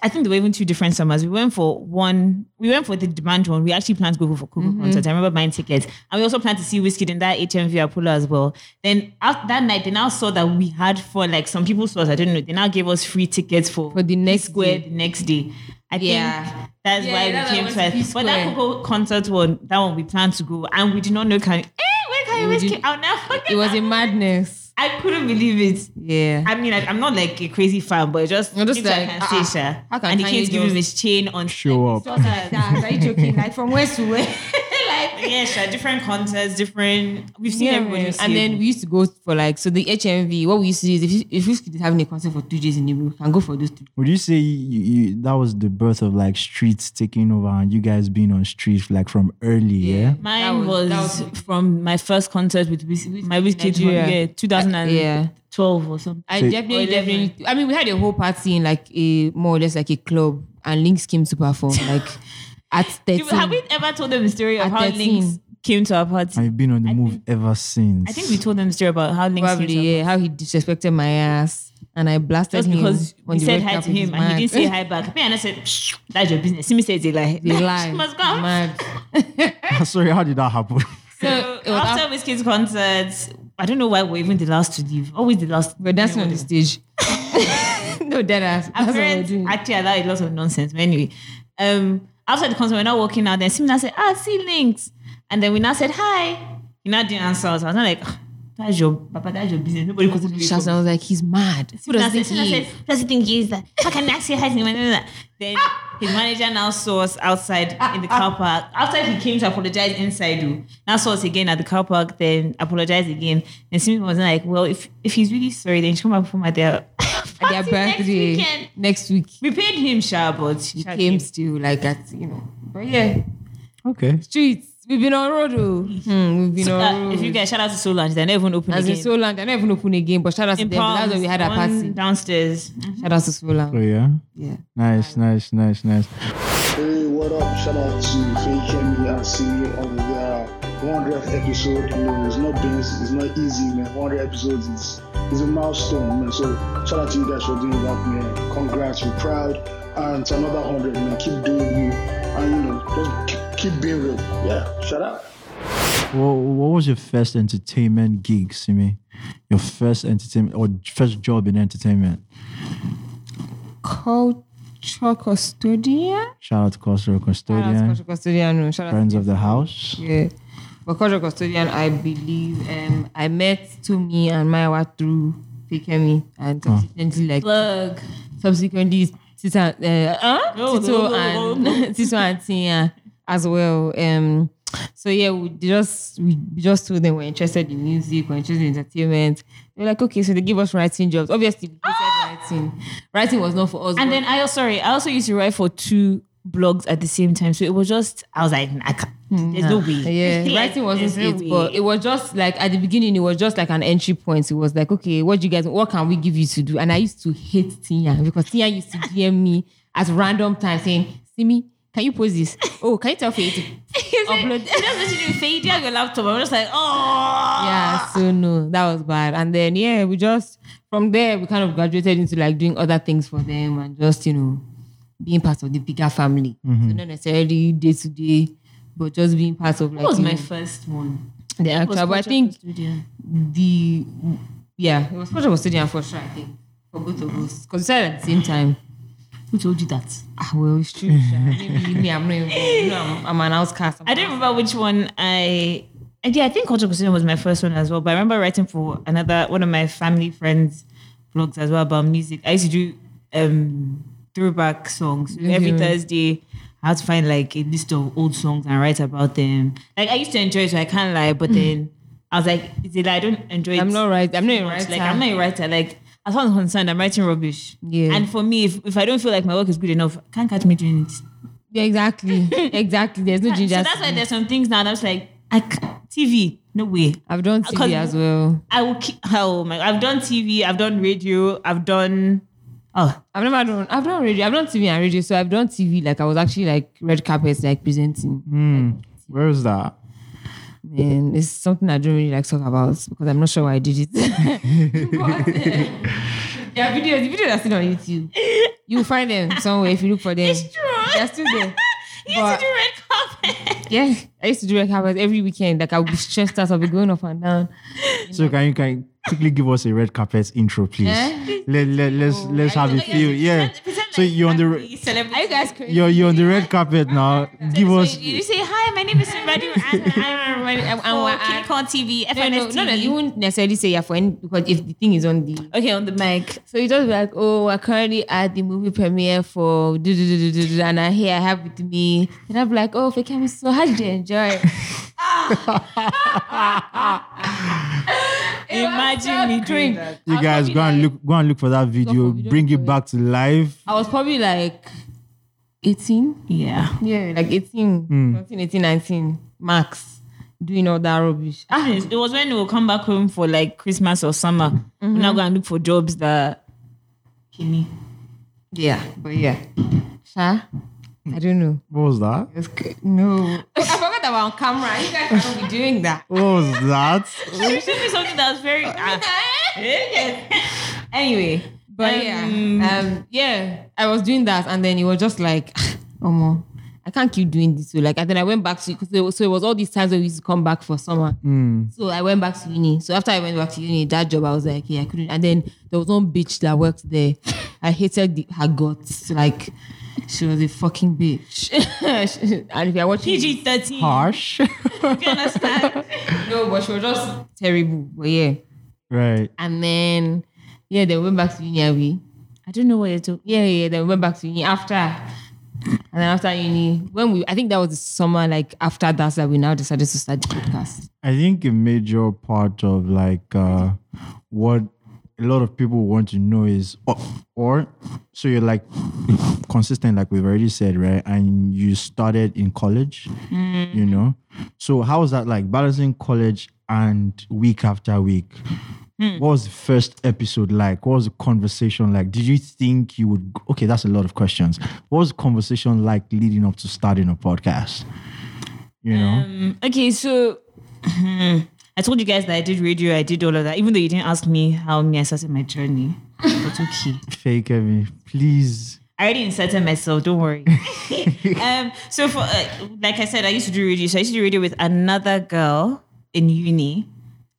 [SPEAKER 2] I think there were even two different summers. We went for one. We went for the demand one. We actually planned to go for Coco
[SPEAKER 1] Mm-hmm.
[SPEAKER 2] concert. I remember buying tickets, and we also planned to see Whiskey in that HMV Apollo as well. Then out that night, they now saw that we had for like some people saw us. I don't know. They now gave us free tickets for
[SPEAKER 1] For the next
[SPEAKER 2] square
[SPEAKER 1] day.
[SPEAKER 2] the next day. I
[SPEAKER 1] Yeah.
[SPEAKER 2] think that's
[SPEAKER 1] Yeah, that's why
[SPEAKER 2] why we came
[SPEAKER 1] I went to
[SPEAKER 2] twice.
[SPEAKER 1] Peace
[SPEAKER 2] But that
[SPEAKER 1] Square.
[SPEAKER 2] Coco concert one, that one we planned to go, and we did not know can. Hey, where can you
[SPEAKER 1] We
[SPEAKER 2] Whiskey?
[SPEAKER 1] did-
[SPEAKER 2] I'll never forget.
[SPEAKER 1] It was a
[SPEAKER 2] that.
[SPEAKER 1] madness.
[SPEAKER 2] I couldn't believe it.
[SPEAKER 1] Yeah.
[SPEAKER 2] I mean, I, I'm not like a crazy fan, but just,
[SPEAKER 1] I'm just
[SPEAKER 2] things I
[SPEAKER 1] like,
[SPEAKER 2] can
[SPEAKER 1] ah,
[SPEAKER 2] say, Sha.
[SPEAKER 1] how can
[SPEAKER 2] and he
[SPEAKER 1] Kanye
[SPEAKER 2] can't give him
[SPEAKER 1] just-
[SPEAKER 2] his chain on
[SPEAKER 3] Show up.
[SPEAKER 1] Just like that. Are you joking? Like from west to west. like
[SPEAKER 2] yeah, sure. Different contests, different. We've seen everybody.
[SPEAKER 1] man.
[SPEAKER 2] we've
[SPEAKER 1] and
[SPEAKER 2] seen.
[SPEAKER 1] then we used to go for like so the HMV. What we used to do is if you, if you is having a concert for two days in a row, we can go for those two.
[SPEAKER 3] Would you say you, you, that was the birth of like streets taking over and you guys being on streets like from early? Yeah.
[SPEAKER 2] Mine
[SPEAKER 1] That
[SPEAKER 2] was,
[SPEAKER 1] was- that was-
[SPEAKER 2] from my first concert with, Wiz- my Wizkid,
[SPEAKER 1] Nigeria.
[SPEAKER 2] yeah, 2012 or something.
[SPEAKER 1] I
[SPEAKER 3] So-
[SPEAKER 1] definitely,
[SPEAKER 2] Or eleven.
[SPEAKER 1] definitely. I mean, we had a whole party in like a more or less like a club, and Links came to perform like at thirteen.
[SPEAKER 2] Have we ever told them the story of
[SPEAKER 1] At
[SPEAKER 2] how
[SPEAKER 1] 13.
[SPEAKER 2] Links came to our party?
[SPEAKER 3] And you've been on the move ever since.
[SPEAKER 2] I think we told them the story about how Links came to our
[SPEAKER 1] Probably, yeah. How he disrespected my ass, and I blasted
[SPEAKER 2] just
[SPEAKER 1] him
[SPEAKER 2] because
[SPEAKER 1] on
[SPEAKER 2] we
[SPEAKER 1] the
[SPEAKER 2] said
[SPEAKER 1] red
[SPEAKER 2] hi to
[SPEAKER 1] carpet. He's
[SPEAKER 2] him and he didn't say
[SPEAKER 1] mad.
[SPEAKER 2] hi back. Me and I said, "Shh, that's your business. Simi says they lie.
[SPEAKER 1] They lie.
[SPEAKER 2] she must go.
[SPEAKER 1] Mad.
[SPEAKER 3] Sorry, how did that happen?
[SPEAKER 1] So it was after,
[SPEAKER 2] After Whiskey's concerts, I don't know why we're even the last to leave. Always the last.
[SPEAKER 1] we're dancing on the stage. no, dead ass. That's
[SPEAKER 2] Our
[SPEAKER 1] what we're
[SPEAKER 2] parents
[SPEAKER 1] doing.
[SPEAKER 2] actually allowed a lot of nonsense. But anyway, um, after the concert, we're not walking out. Then Simi now said, ah, see links. And then we now said, hi. He now didn't answer us. I was not like, "Ah, that's your, Papa, that's your business. Nobody could
[SPEAKER 1] Shouts, and I was like, he's mad. Who does he
[SPEAKER 2] That's
[SPEAKER 1] think
[SPEAKER 2] it.
[SPEAKER 1] he
[SPEAKER 2] That's
[SPEAKER 1] is?
[SPEAKER 2] it. That's the thing he is that how can I say hi to him? Then
[SPEAKER 1] Ah.
[SPEAKER 2] his manager now saw us outside in the car park. After he came to apologize inside, oh, now saw us again at the car park, then apologized again. And Simi was like, Well, if if he's really sorry, then he should come perform at their,
[SPEAKER 1] At their
[SPEAKER 2] party next
[SPEAKER 1] birthday
[SPEAKER 2] weekend.
[SPEAKER 1] next week.
[SPEAKER 2] We paid him sure, but he sha
[SPEAKER 1] Came
[SPEAKER 2] came.
[SPEAKER 1] still like at you know, but Oh, yeah,
[SPEAKER 3] okay.
[SPEAKER 1] streets. We've been on road, oh. Hmm, we've been on
[SPEAKER 2] Uh,
[SPEAKER 1] road.
[SPEAKER 2] if you guys shout out to Solange, they're never even open
[SPEAKER 1] As in
[SPEAKER 2] again.
[SPEAKER 1] Solan, they never even open again, but shout out to
[SPEAKER 2] In
[SPEAKER 1] them. That's where
[SPEAKER 2] Palms,
[SPEAKER 1] we had our
[SPEAKER 2] one
[SPEAKER 1] party.
[SPEAKER 2] downstairs.
[SPEAKER 1] Shout out to
[SPEAKER 3] Oh
[SPEAKER 1] Solan.
[SPEAKER 3] yeah.
[SPEAKER 1] Yeah.
[SPEAKER 3] Nice, nice, nice, nice.
[SPEAKER 5] Hey, what up? Shout out to Faye Kemi and see you E on the uh, 100th episode. You know, it's not been, it's not easy, man. 100 episodes is, is a milestone, man. So shout out to you guys for doing that, man. Congrats, we're proud. And to another 100, man. Keep doing you. And, you know, just keep, keep being real. Yeah, shout out.
[SPEAKER 3] What, what was your first entertainment gig, Simi? Your first entertainment or first job in entertainment?
[SPEAKER 1] Culture custodian.
[SPEAKER 3] Shout out to Cultural
[SPEAKER 1] Shout out to
[SPEAKER 3] Custodian,
[SPEAKER 1] culture custodian. no, Shout out to
[SPEAKER 3] friends of the house.
[SPEAKER 1] Yeah. But culture custodian, I believe um, I met Tumi and Maiwa through Pikemi and subsequently like
[SPEAKER 2] Plug.
[SPEAKER 1] subsequently Tito, uh, huh?
[SPEAKER 2] Oh, No,
[SPEAKER 1] Tito
[SPEAKER 2] no, no,
[SPEAKER 1] and
[SPEAKER 2] no,
[SPEAKER 1] Tito and Tia as well. Um, so yeah, we just we just told them we're interested in music, we're interested in entertainment. They were like, okay, so they give us writing jobs. Obviously, we said writing. Writing was not for us.
[SPEAKER 2] And
[SPEAKER 1] but
[SPEAKER 2] then I also sorry, I also used to write for two blogs at the same time. So it was just I was like, nah, I can't, there's no way.
[SPEAKER 1] Hmm, Yeah,
[SPEAKER 2] Like,
[SPEAKER 1] writing wasn't
[SPEAKER 2] there's no
[SPEAKER 1] it,
[SPEAKER 2] way.
[SPEAKER 1] but it was just like at the beginning, it was just like an entry point. It was like, okay, what do you guys, what can we give you to do? And I used to hate Tia because Tia used to DM me at random times saying, Simi, can you post this? Oh, can you tell Faye to upload?
[SPEAKER 2] It doesn't literally fade. You have your laptop. I'm just like, oh.
[SPEAKER 1] yeah, so no, that was bad. And then yeah, we just from there we kind of graduated into like doing other things for them and just you know being part of the bigger family. So not necessarily day to day, but just being part of like
[SPEAKER 2] That was
[SPEAKER 1] you
[SPEAKER 2] my
[SPEAKER 1] know,
[SPEAKER 2] first one.
[SPEAKER 1] the
[SPEAKER 2] It
[SPEAKER 1] actual.
[SPEAKER 2] was
[SPEAKER 1] But I
[SPEAKER 2] Culture
[SPEAKER 1] think
[SPEAKER 2] Studio.
[SPEAKER 1] the yeah, it was part of Obsidian for sure, I think. For both of us. Because we started at the same time.
[SPEAKER 2] Who told you that?
[SPEAKER 1] Ah, well, it's true. sha. Maybe me, I'm not involved. You know, I'm, I'm an outcast.
[SPEAKER 2] I don't remember which one I. and Yeah, I think Culture Custodian was my first one as well. But I remember writing for another one of my family friends' blogs as well about music. I used to do um throwback songs So every
[SPEAKER 1] Mhm.
[SPEAKER 2] Thursday. I had to find like a list of old songs and write about them. Like I used to enjoy it, so I can't lie. But then I was like, is it I don't enjoy it?
[SPEAKER 1] Mm. I'm not right. I'm not a
[SPEAKER 2] too much.
[SPEAKER 1] writer.
[SPEAKER 2] Like I'm not a writer. Like as far as I'm concerned, I'm writing rubbish.
[SPEAKER 1] Yeah.
[SPEAKER 2] And for me, if, if I don't feel like my work is good enough, can't catch me doing it.
[SPEAKER 1] Yeah, exactly. exactly. There's no ginger.
[SPEAKER 2] So that's why there's some things now that's like I c- TV, no way.
[SPEAKER 1] I've done
[SPEAKER 2] Because-
[SPEAKER 1] TV as well.
[SPEAKER 2] I will keep. Oh my! I've done TV. I've done radio. I've done. Oh,
[SPEAKER 1] I've never done. I've done radio. I've done TV and radio. So I've done TV. Like I was actually like red carpets, like presenting.
[SPEAKER 3] Where is that?
[SPEAKER 1] And it's something I don't really like talk about because I'm not sure why I did it. but, uh, there are videos, the videos are still on YouTube. You'll find them somewhere if you look for them.
[SPEAKER 2] it's true.
[SPEAKER 1] They're still there.
[SPEAKER 2] you
[SPEAKER 1] But-
[SPEAKER 2] used to do red carpet.
[SPEAKER 1] Yeah, I used to do red carpets every weekend. Like I would be stressed out, I'll be going up and down.
[SPEAKER 3] So can you can you quickly give us a red carpet intro, please?
[SPEAKER 1] Eh?
[SPEAKER 3] Let, let, let's let's have a feel. Yeah. So you're on the re-
[SPEAKER 2] Celebrity.
[SPEAKER 1] Are you guys crazy?
[SPEAKER 3] you're you're on the red carpet now. Give
[SPEAKER 2] So
[SPEAKER 3] us.
[SPEAKER 2] you, you say um, hi. Oh, My name is Radu, and I'm Radu. I'm
[SPEAKER 1] I'm-
[SPEAKER 2] King Kong TV,
[SPEAKER 1] no, no,
[SPEAKER 2] FNS
[SPEAKER 1] no, no,
[SPEAKER 2] TV.
[SPEAKER 1] you won't necessarily say you're for any because if the thing is on the
[SPEAKER 2] okay, on the mic.
[SPEAKER 1] So you just be like, oh, we're currently at the movie premiere for do do do do do, do and I here I have with me. And I'll be like, oh, Fakemi, so how did you enjoy? it?
[SPEAKER 2] Imagine me doing
[SPEAKER 1] Cringe.
[SPEAKER 2] that.
[SPEAKER 1] I
[SPEAKER 3] You
[SPEAKER 1] was
[SPEAKER 3] guys
[SPEAKER 1] probably
[SPEAKER 3] go and
[SPEAKER 1] like-
[SPEAKER 3] look go and look for that video,
[SPEAKER 1] video
[SPEAKER 3] bring
[SPEAKER 1] for
[SPEAKER 3] it
[SPEAKER 1] it.
[SPEAKER 3] back to life.
[SPEAKER 1] I was probably like 18.
[SPEAKER 2] Yeah.
[SPEAKER 1] Yeah, like 18, 17, 18, 19, max, doing all that rubbish.
[SPEAKER 2] Ah, It was when we will come back home for like Christmas or summer. We're now going to look for jobs that. Kimmy.
[SPEAKER 1] Yeah, but yeah. Sha? I don't know.
[SPEAKER 3] What was that?
[SPEAKER 1] It's c- no. I forgot that we're on camera. You guys are not be doing that.
[SPEAKER 3] What was that?
[SPEAKER 2] It should be something that's very. ah. anyway.
[SPEAKER 1] But
[SPEAKER 2] Oh,
[SPEAKER 1] yeah, um, yeah, I was doing that, and then it was just like, oh my, I can't keep doing this. So like, and then I went back to because so it was all these times where we used to come back for summer. So I went back to uni. So after I went back to uni, that job I was like, yeah, I couldn't. And then there was one bitch that worked there. I hated the, her guts. Like, she was a fucking bitch. and if you're watching,
[SPEAKER 2] PG 13.
[SPEAKER 3] Harsh.
[SPEAKER 2] You understand?
[SPEAKER 1] no, but she was just terrible. But yeah,
[SPEAKER 3] right.
[SPEAKER 1] and then yeah, they went back to uni. and we
[SPEAKER 2] I don't know what you're talking
[SPEAKER 1] yeah, yeah. Then we went back to uni after, and then after uni, when we, I think that was the summer, like after that, that we now decided to start the podcast.
[SPEAKER 3] I think a major part of like uh, what a lot of people want to know is, or, or so you're like consistent, like we've already said, right? And you started in college, you know. So how was that like balancing college and week after week? What was the first episode like? What was the conversation like? Did you think you would? Okay, that's a lot of questions. What was the conversation like leading up to starting a podcast? You know.
[SPEAKER 2] Mm, Okay, so I told you guys that I did radio, I did all of that, even though you didn't ask me how me I started my journey. But okay.
[SPEAKER 3] fake Emmy, please.
[SPEAKER 2] I already inserted myself. Don't worry. um, so for uh, like I said, I used to do radio. So I used to do radio with another girl in uni,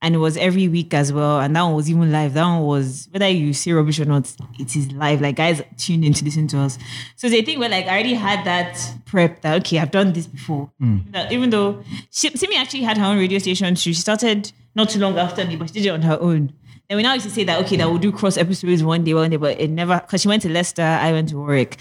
[SPEAKER 2] and it was every week as well. And that one was even live. That one was whether you see rubbish or not, it is live. Like guys, tune in to listen to us. So they think well, like I already had that prep. That okay, I've done this before. That even though she, Simi actually had her own radio station too. She started not too long after me, but she did it on her own. And we now used to say that okay, that we'll do cross episodes one day, one day, but it never because she went to Leicester, I went to Warwick.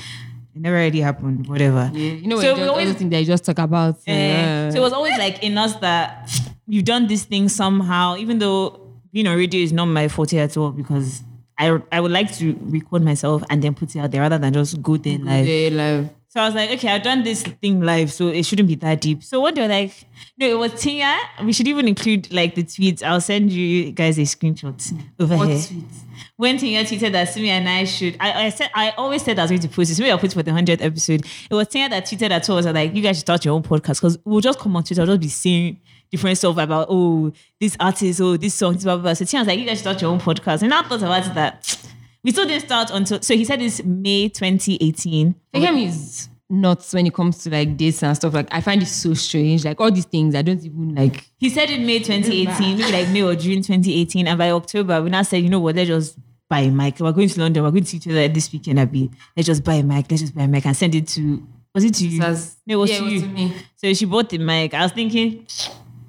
[SPEAKER 2] It never really happened, whatever.
[SPEAKER 1] Yeah, you know,
[SPEAKER 2] So
[SPEAKER 1] so
[SPEAKER 2] we
[SPEAKER 1] just,
[SPEAKER 2] always-
[SPEAKER 1] always think they just talk about. uh,
[SPEAKER 2] Eh, So it was always like in us that you've done this thing somehow, even though you know radio is not my forte at all because I I would like to record myself and then put it out there rather than just go there live.
[SPEAKER 1] they like
[SPEAKER 2] So I was like, okay, I've done this thing live, so it shouldn't be that deep. So what do I like? No, it was Tia. We should even include like the tweets. I'll send you guys a screenshot over
[SPEAKER 1] what
[SPEAKER 2] here.
[SPEAKER 1] tweets?
[SPEAKER 2] When Tia tweeted that Simi and I should, I, I said I always said I was going to post this. Maybe I'll post it for the hundredth episode. It was Tia that tweeted that told us that, like, you guys should start your own podcast because we'll just come on Twitter, we'll just be seeing different stuff about oh this artist, oh this song, this blah blah. blah. So Tia was like, you guys should start your own podcast, and I thought about that. We still didn't start until so he said it's May 2018.
[SPEAKER 1] Fakem is nuts when it comes to like dates and stuff. Like I find it so strange. Like all these things, I don't even like.
[SPEAKER 2] He said in May 2018, maybe like May or June 2018. And by October, we now said, you know what, let's just buy a mic. We're going to London. We're going to see each other this weekend, Abby. Let's just buy a mic. Let's just buy a mic and send it to, was it to you?
[SPEAKER 1] Saz.
[SPEAKER 2] no, it was
[SPEAKER 1] Yeah,
[SPEAKER 2] to
[SPEAKER 1] it was
[SPEAKER 2] you.
[SPEAKER 1] to me.
[SPEAKER 2] So she bought the mic. I was thinking,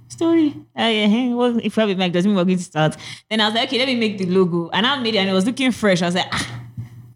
[SPEAKER 2] story. Uh, yeah, hey, well, if we have a mic, doesn't mean we're going to start. Then I was like, okay, let me make the logo. And I made it and it was looking fresh. I was like, ah,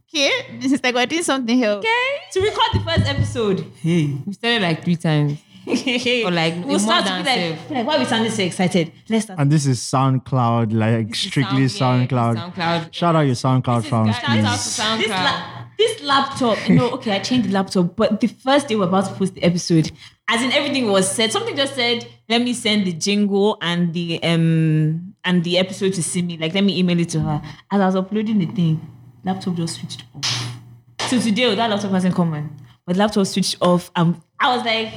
[SPEAKER 2] okay, this is like we're doing something here. Okay. To record the first episode. Hey.
[SPEAKER 1] We started like three times.
[SPEAKER 2] or
[SPEAKER 1] like,
[SPEAKER 2] we'll
[SPEAKER 1] the
[SPEAKER 2] start to
[SPEAKER 1] modern
[SPEAKER 2] be like,
[SPEAKER 1] self.
[SPEAKER 2] be like, why are we sounding so excited? Let's start.
[SPEAKER 3] And this is SoundCloud, like strictly
[SPEAKER 1] Sound- yeah,
[SPEAKER 3] SoundCloud.
[SPEAKER 1] SoundCloud.
[SPEAKER 3] Shout out your SoundCloud fans,
[SPEAKER 1] Shout out
[SPEAKER 3] please.
[SPEAKER 1] to SoundCloud.
[SPEAKER 2] This, la- this laptop, no, okay, I changed the laptop, but the first day we we're about to post the episode, as in everything was said, something just said, let me send the jingle and the um and the episode to Simi, like let me email it to her. As I was uploading the thing, laptop just switched off. So today oh, that laptop hasn't come on, but laptop switched off. Um, I was like,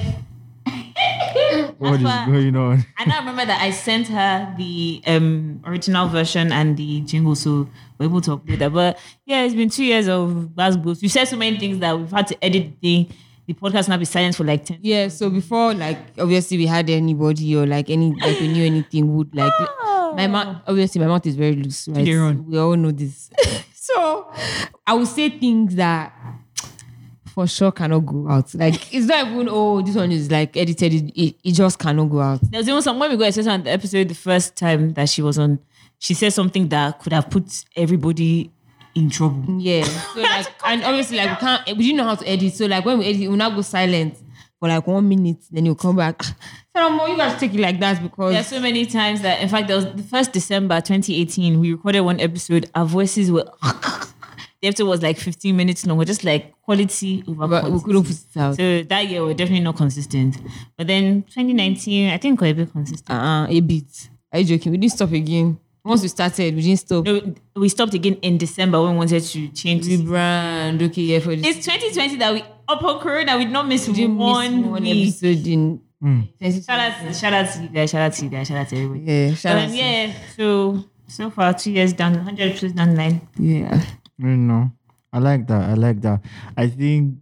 [SPEAKER 3] What is
[SPEAKER 2] Alpha.
[SPEAKER 3] going on?
[SPEAKER 2] And I remember that I sent her the um, original version and the jingle, so we're able to upload that. But yeah, it's been two years of Buzz Boost. You said so many things that we've had to edit the the podcast now be silent for like ten.
[SPEAKER 1] Yeah, so before like obviously we had anybody or like any like we knew anything would like my mouth obviously my mouth is very loose, right?
[SPEAKER 2] their own.
[SPEAKER 1] We all know this. so I would say things that for sure cannot go out. Like it's not even oh this one is like edited, it, it, it just cannot go out.
[SPEAKER 2] There was even some when we got on the episode the first time that she was on, she said something that could have put everybody in
[SPEAKER 1] Mm.
[SPEAKER 2] trouble.
[SPEAKER 1] Yeah. So like and obviously like we can't we didn't know how to edit. So like when we edit, we'll not go silent. for like one minute, then you'll come back. So I'm you guys take it like that because
[SPEAKER 2] There are so many times that, in fact, there was the first December 2018, we recorded one episode. Our voices were. the episode was like 15 minutes long. We're just like quality over
[SPEAKER 1] but we
[SPEAKER 2] quantity.
[SPEAKER 1] couldn't put it out.
[SPEAKER 2] So that year, we're definitely not consistent. But then 2019, I think we're a bit consistent.
[SPEAKER 1] uh-uh, a bit. Are you joking? We didn't stop again. Once we started, we didn't stop.
[SPEAKER 2] No, we stopped again in December when we wanted to change.
[SPEAKER 1] Rebrand, okay, yeah, for this.
[SPEAKER 2] It's 2020 that we up on Corona. We did not miss
[SPEAKER 1] We didn't miss
[SPEAKER 2] one,
[SPEAKER 1] one
[SPEAKER 2] week.
[SPEAKER 1] episode in.
[SPEAKER 2] Shout out, shout out to you guys. Shout out to you guys. Shout out to everybody.
[SPEAKER 1] Yeah, shout out
[SPEAKER 2] Um,
[SPEAKER 1] to-
[SPEAKER 2] yeah. So so far, two years down, 100 episodes down the line.
[SPEAKER 1] yeah.
[SPEAKER 3] You know, I like that. I like that. I think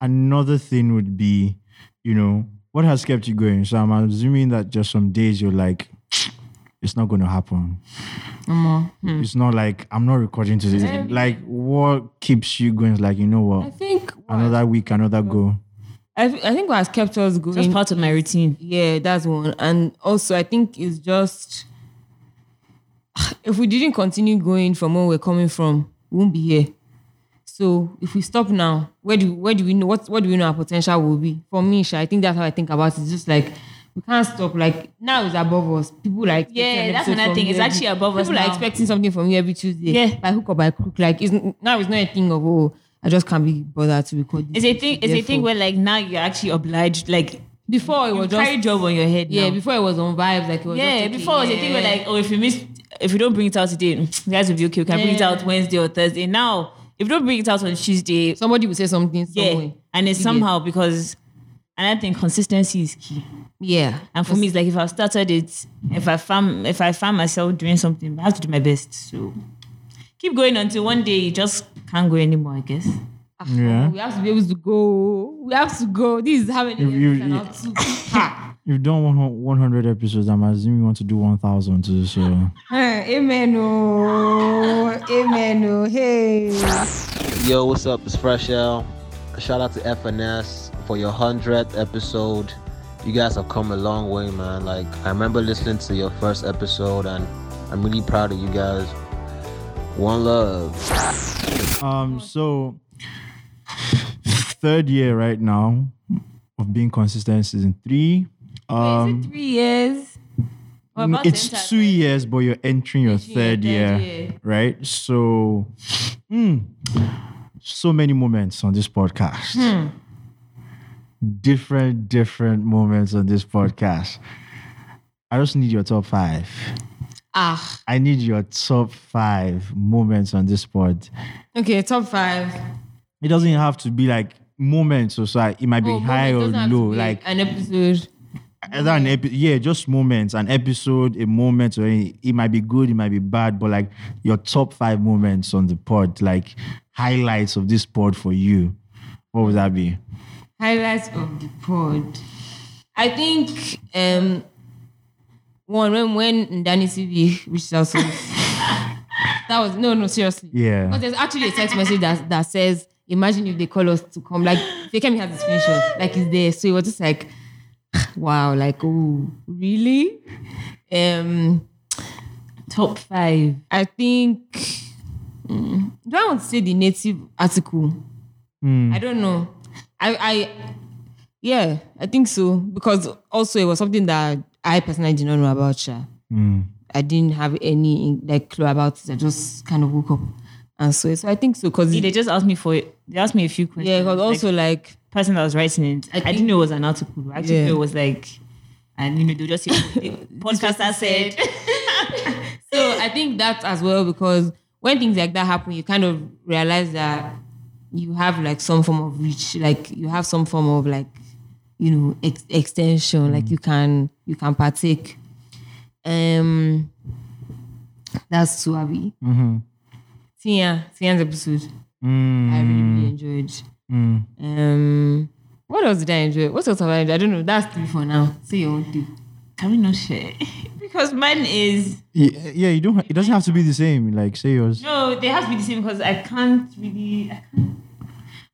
[SPEAKER 3] another thing would be, you know, what has kept you going? So I'm assuming that just some days you're like, it's not going to happen.
[SPEAKER 1] Hmm.
[SPEAKER 3] It's not like I'm not recording today. Like, what keeps you going? It's like, you know
[SPEAKER 1] I
[SPEAKER 3] what?
[SPEAKER 1] think what,
[SPEAKER 3] Another week, another go.
[SPEAKER 1] I, thi- I think what has kept us going.
[SPEAKER 2] Just part of my routine.
[SPEAKER 1] Yeah, that's one. And also, I think it's just if we didn't continue going from where we're coming from, we won't be here. So if we stop now, where do where do we know what what do we know our potential will be? For me, Sha, I think that's how I think about it. It's just like we can't stop. Like now it's above us. People like
[SPEAKER 2] Yeah, that's another thing. It's actually above us
[SPEAKER 1] People are
[SPEAKER 2] now.
[SPEAKER 1] expecting something from you every Tuesday.
[SPEAKER 2] Yeah.
[SPEAKER 1] by hook or by crook. Like it's, now it's not a thing of oh, I just can't be bothered to record. This
[SPEAKER 2] It's a thing. It's a thing
[SPEAKER 1] Therefore-
[SPEAKER 2] where like now you're actually obliged. Like
[SPEAKER 1] before it
[SPEAKER 2] you
[SPEAKER 1] was just
[SPEAKER 2] carry job on your head.
[SPEAKER 1] yeah.
[SPEAKER 2] now.
[SPEAKER 1] Before it was on vibes. Like it was just,
[SPEAKER 2] yeah.
[SPEAKER 1] okay,
[SPEAKER 2] before it was a thing where like oh if you miss if you don't bring it out today, you guys will be okay. We can bring it
[SPEAKER 1] Yeah.
[SPEAKER 2] out Wednesday or Thursday. Now if you don't bring it out on Tuesday,
[SPEAKER 1] somebody will say something
[SPEAKER 2] yeah,
[SPEAKER 1] somewhere.
[SPEAKER 2] and it's
[SPEAKER 1] You get-
[SPEAKER 2] somehow because. And I think consistency is key.
[SPEAKER 1] yeah
[SPEAKER 2] And for me, it's like if I started it, if I found if I found myself doing something, I have to do my best. So keep going until one day you just can't go anymore. I guess.
[SPEAKER 3] Yeah.
[SPEAKER 1] ah, we have to be able to go we have to go this is how many
[SPEAKER 3] If you-
[SPEAKER 1] years and how to- Ha.
[SPEAKER 3] You've done one hun- 100 episodes. I'm assuming you want to do 1,000 too. So.
[SPEAKER 1] Huh, amen oh amen oh hey
[SPEAKER 6] Yo, what's up? It's Fresh L. Shout out to FNS for your 100th episode. You guys have come a long way, man. Like, I remember listening to your first episode, and I'm really proud of you guys. One love.
[SPEAKER 3] Um, so third year right now of being consistent season three. Um,
[SPEAKER 2] Three years. We're
[SPEAKER 3] n-
[SPEAKER 2] about to enter
[SPEAKER 3] it's two years, but you're entering your third, year, right? So, mm, so many moments on this podcast. Different, different moments on this podcast. I just need your top five.
[SPEAKER 1] ah
[SPEAKER 3] I need your top five moments on this pod.
[SPEAKER 1] okay top five
[SPEAKER 3] it doesn't have to be like moments or so it might be
[SPEAKER 1] Oh,
[SPEAKER 3] high
[SPEAKER 1] moment
[SPEAKER 3] or
[SPEAKER 1] doesn't have to
[SPEAKER 3] low
[SPEAKER 1] be
[SPEAKER 3] like
[SPEAKER 1] an episode
[SPEAKER 3] either an epi- yeah just moments an episode a moment or any- it might be good it might be bad but like your top five moments on the pod like highlights of this pod for you what would that be
[SPEAKER 1] highlights of the pod I think um one when when Danny TV reached out to us that was no no seriously But
[SPEAKER 3] yeah
[SPEAKER 1] there's actually a text message that, that says, imagine if they call us to come. Like, they came here to screenshot. Like, it's there. So it was just like, wow, like, oh, really? Um,
[SPEAKER 2] Top five.
[SPEAKER 1] I think, mm, do I want to say the native article? I don't know. I, I, yeah, I think so. Because also it was something that I personally did not know about Sha. I didn't have any like clue about it. I just kind of woke up and saw it. So I think so because
[SPEAKER 2] See, They just asked me for it. They asked me a few questions.
[SPEAKER 1] Yeah, because also like,
[SPEAKER 2] the person that was writing it, I,
[SPEAKER 1] think-
[SPEAKER 2] didn't know it was an article. I actually
[SPEAKER 1] Yeah.
[SPEAKER 2] knew it was like, and you know they just say, podcaster said.
[SPEAKER 1] so I think that as well because when things like that happen, you kind of realize that you have like some form of reach, like you have some form of like you know ex- extension, like you can you can partake. Um, that's two Abby. Mm-hmm. Tia, Tia's episode, I really, really enjoyed. Um, what else did I enjoy? What else have I enjoyed? I don't know. That's three for now. Say your own three.
[SPEAKER 2] Can we not share? because mine is
[SPEAKER 3] yeah, yeah you don't ha- it doesn't have to be the same like say yours
[SPEAKER 2] No, they have to be the same because I can't really. I can't.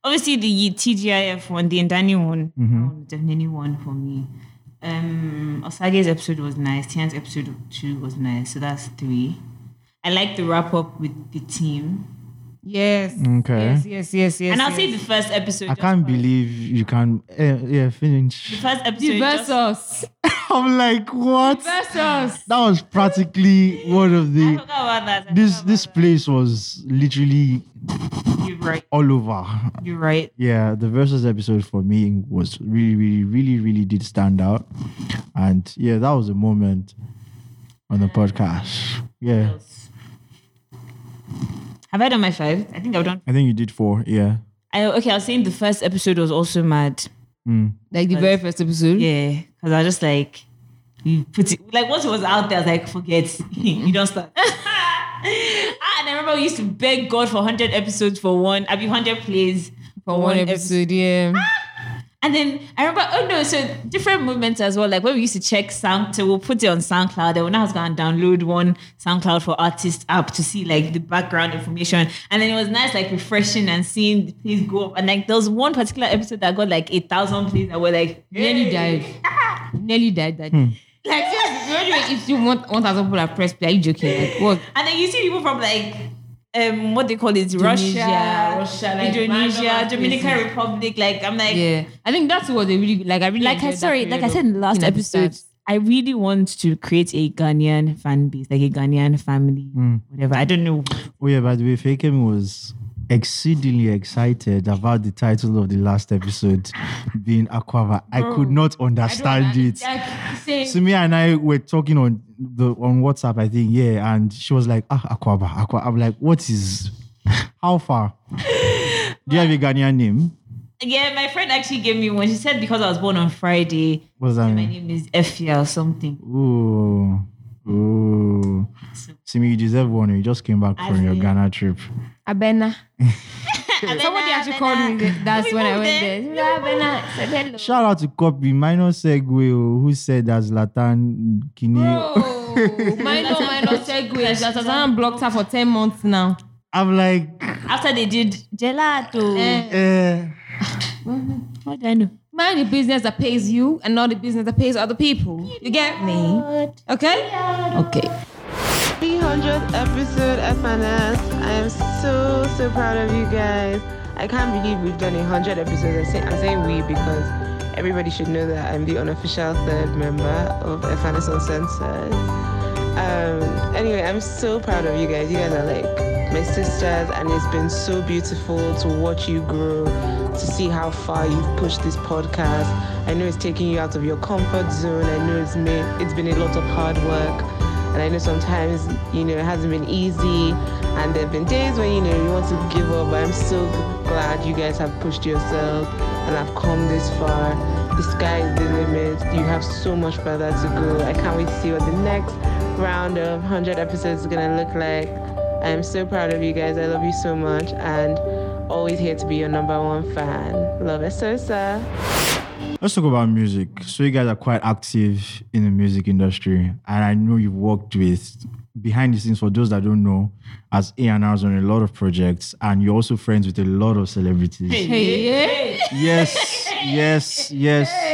[SPEAKER 2] Obviously, the TGIF one, the Indani one, that one was definitely one for me. Um, Osage's episode was nice. Tian's episode two was nice. So that's three. I like the wrap up with the team.
[SPEAKER 1] Yes.
[SPEAKER 3] Okay.
[SPEAKER 1] Yes, yes, yes, yes.
[SPEAKER 2] and I'll
[SPEAKER 1] yes.
[SPEAKER 2] say the first episode.
[SPEAKER 3] I
[SPEAKER 2] just
[SPEAKER 3] can't
[SPEAKER 2] for-
[SPEAKER 3] believe you can. eh, yeah,
[SPEAKER 2] the
[SPEAKER 3] finish.
[SPEAKER 2] first episode.
[SPEAKER 1] Diverse
[SPEAKER 2] just-
[SPEAKER 1] us.
[SPEAKER 3] I'm like, what? That
[SPEAKER 1] Diverse us.
[SPEAKER 3] was practically one
[SPEAKER 2] I
[SPEAKER 3] of the.
[SPEAKER 2] forgot about that. I
[SPEAKER 3] This
[SPEAKER 2] forgot
[SPEAKER 3] this
[SPEAKER 2] about
[SPEAKER 3] place was literally
[SPEAKER 2] that. You're right.
[SPEAKER 3] all over.
[SPEAKER 2] You're right.
[SPEAKER 3] Yeah, the versus episode for me was really, really, really, really did stand out, and yeah, that was a moment on the podcast. Yeah,
[SPEAKER 2] Have I done my five? I think I've done.
[SPEAKER 3] I think you did four. Yeah,
[SPEAKER 2] I, okay, I was saying the first episode was also mad.
[SPEAKER 1] Like the very first episode.
[SPEAKER 2] Yeah, because I was just like, we put it like what was out there. I was like, forget, you don't start. Ah, and I remember we used to beg God for hundred episodes for one. I be hundred plays
[SPEAKER 1] For one
[SPEAKER 2] episode. Ah!
[SPEAKER 1] episode, yeah.
[SPEAKER 2] And then I remember, oh no, so different movements as well. Like when we used to check sound, so we'll put it on SoundCloud. And when I was going to download one SoundCloud for artist app to see like the background information. And then it was nice, like refreshing and seeing the plays go up. And like there was one particular episode that got like 8,000 plays and we're like,
[SPEAKER 1] Nearly died. Nearly died that day. Like, seriously, if you want 1,000 people have pressed play, are you joking? Like, what?
[SPEAKER 2] And then you see people from like, um, what they call it, Russia,
[SPEAKER 1] Russia, like,
[SPEAKER 2] Indonesia,
[SPEAKER 1] random
[SPEAKER 2] Dominican
[SPEAKER 1] places.
[SPEAKER 2] Republic. Like, I'm like,
[SPEAKER 1] Yeah. I think that's what they really, good- like, I really
[SPEAKER 2] like I
[SPEAKER 1] enjoyed that
[SPEAKER 2] sorry,
[SPEAKER 1] period
[SPEAKER 2] like I
[SPEAKER 1] of
[SPEAKER 2] said in the last
[SPEAKER 1] being at
[SPEAKER 2] episode,
[SPEAKER 1] start.
[SPEAKER 2] I really want to create a Ghanaian fan base, like a Ghanaian family, whatever. I don't know.
[SPEAKER 3] Oh yeah, by the way, Fakem was exceedingly excited about the title of the last episode being Aquava. I could not understand it.
[SPEAKER 1] Like, same.
[SPEAKER 3] Sumi and I were talking on the on WhatsApp, I think, yeah, and she was like, ah, Aquaba, Aqua. I'm like, what is how far? Do you have a Ghanaian name?
[SPEAKER 2] Yeah, my friend actually gave me one. She said because I was born on Friday,
[SPEAKER 3] What does that
[SPEAKER 2] my
[SPEAKER 3] mean?
[SPEAKER 2] name is Effia or something.
[SPEAKER 3] Ooh. Ooh. Simi, you deserve one. You just came back from your
[SPEAKER 2] see.
[SPEAKER 3] Ghana trip.
[SPEAKER 1] Abena.
[SPEAKER 2] And then,
[SPEAKER 1] Somebody
[SPEAKER 2] uh,
[SPEAKER 1] actually
[SPEAKER 2] then,
[SPEAKER 1] called
[SPEAKER 2] uh,
[SPEAKER 1] me. th- That's
[SPEAKER 2] we
[SPEAKER 1] when I
[SPEAKER 2] moved
[SPEAKER 1] went there.
[SPEAKER 2] there.
[SPEAKER 1] Abena. I said hello.
[SPEAKER 3] Shout out to Copy, minor segue, oh, who said that Zlatan Kini.
[SPEAKER 1] Bro, minor, minor segue. Zlatan blocked her for 10 months now.
[SPEAKER 3] I'm like,
[SPEAKER 2] After they did gelato,
[SPEAKER 3] eh.
[SPEAKER 2] what do I know?
[SPEAKER 1] Mind the business that pays you and not the business that pays other people. You get me? Okay? Okay.
[SPEAKER 7] 300th episode FNS. I am so so proud of you guys. I can't believe we've done 100 episodes. I say, I'm saying we because everybody should know that I'm the unofficial third member of FNS Uncensored. Um, anyway, I'm so proud of you guys. You guys are like my sisters, and it's been so beautiful to watch you grow, to see how far you've pushed this podcast. I know it's taking you out of your comfort zone. I know it's made it's been a lot of hard work. And I know sometimes, you know, it hasn't been easy. And there have been days when, you know, you want to give up. But I'm so g- glad you guys have pushed yourself and have come this far. The sky is the limit. You have so much further to go. I can't wait to see what the next round of 100 episodes is going to look like. I am so proud of you guys. I love you so much. And always here to be your number one fan. Love it, Sosa.
[SPEAKER 3] Let's talk about music. So you guys are quite active in the music industry, and I know you've worked with behind the scenes. For those that don't know, as A&Rs on a lot of projects, and you're also friends with a lot of celebrities.
[SPEAKER 1] Hey, yeah.
[SPEAKER 3] Yes, yes, yes.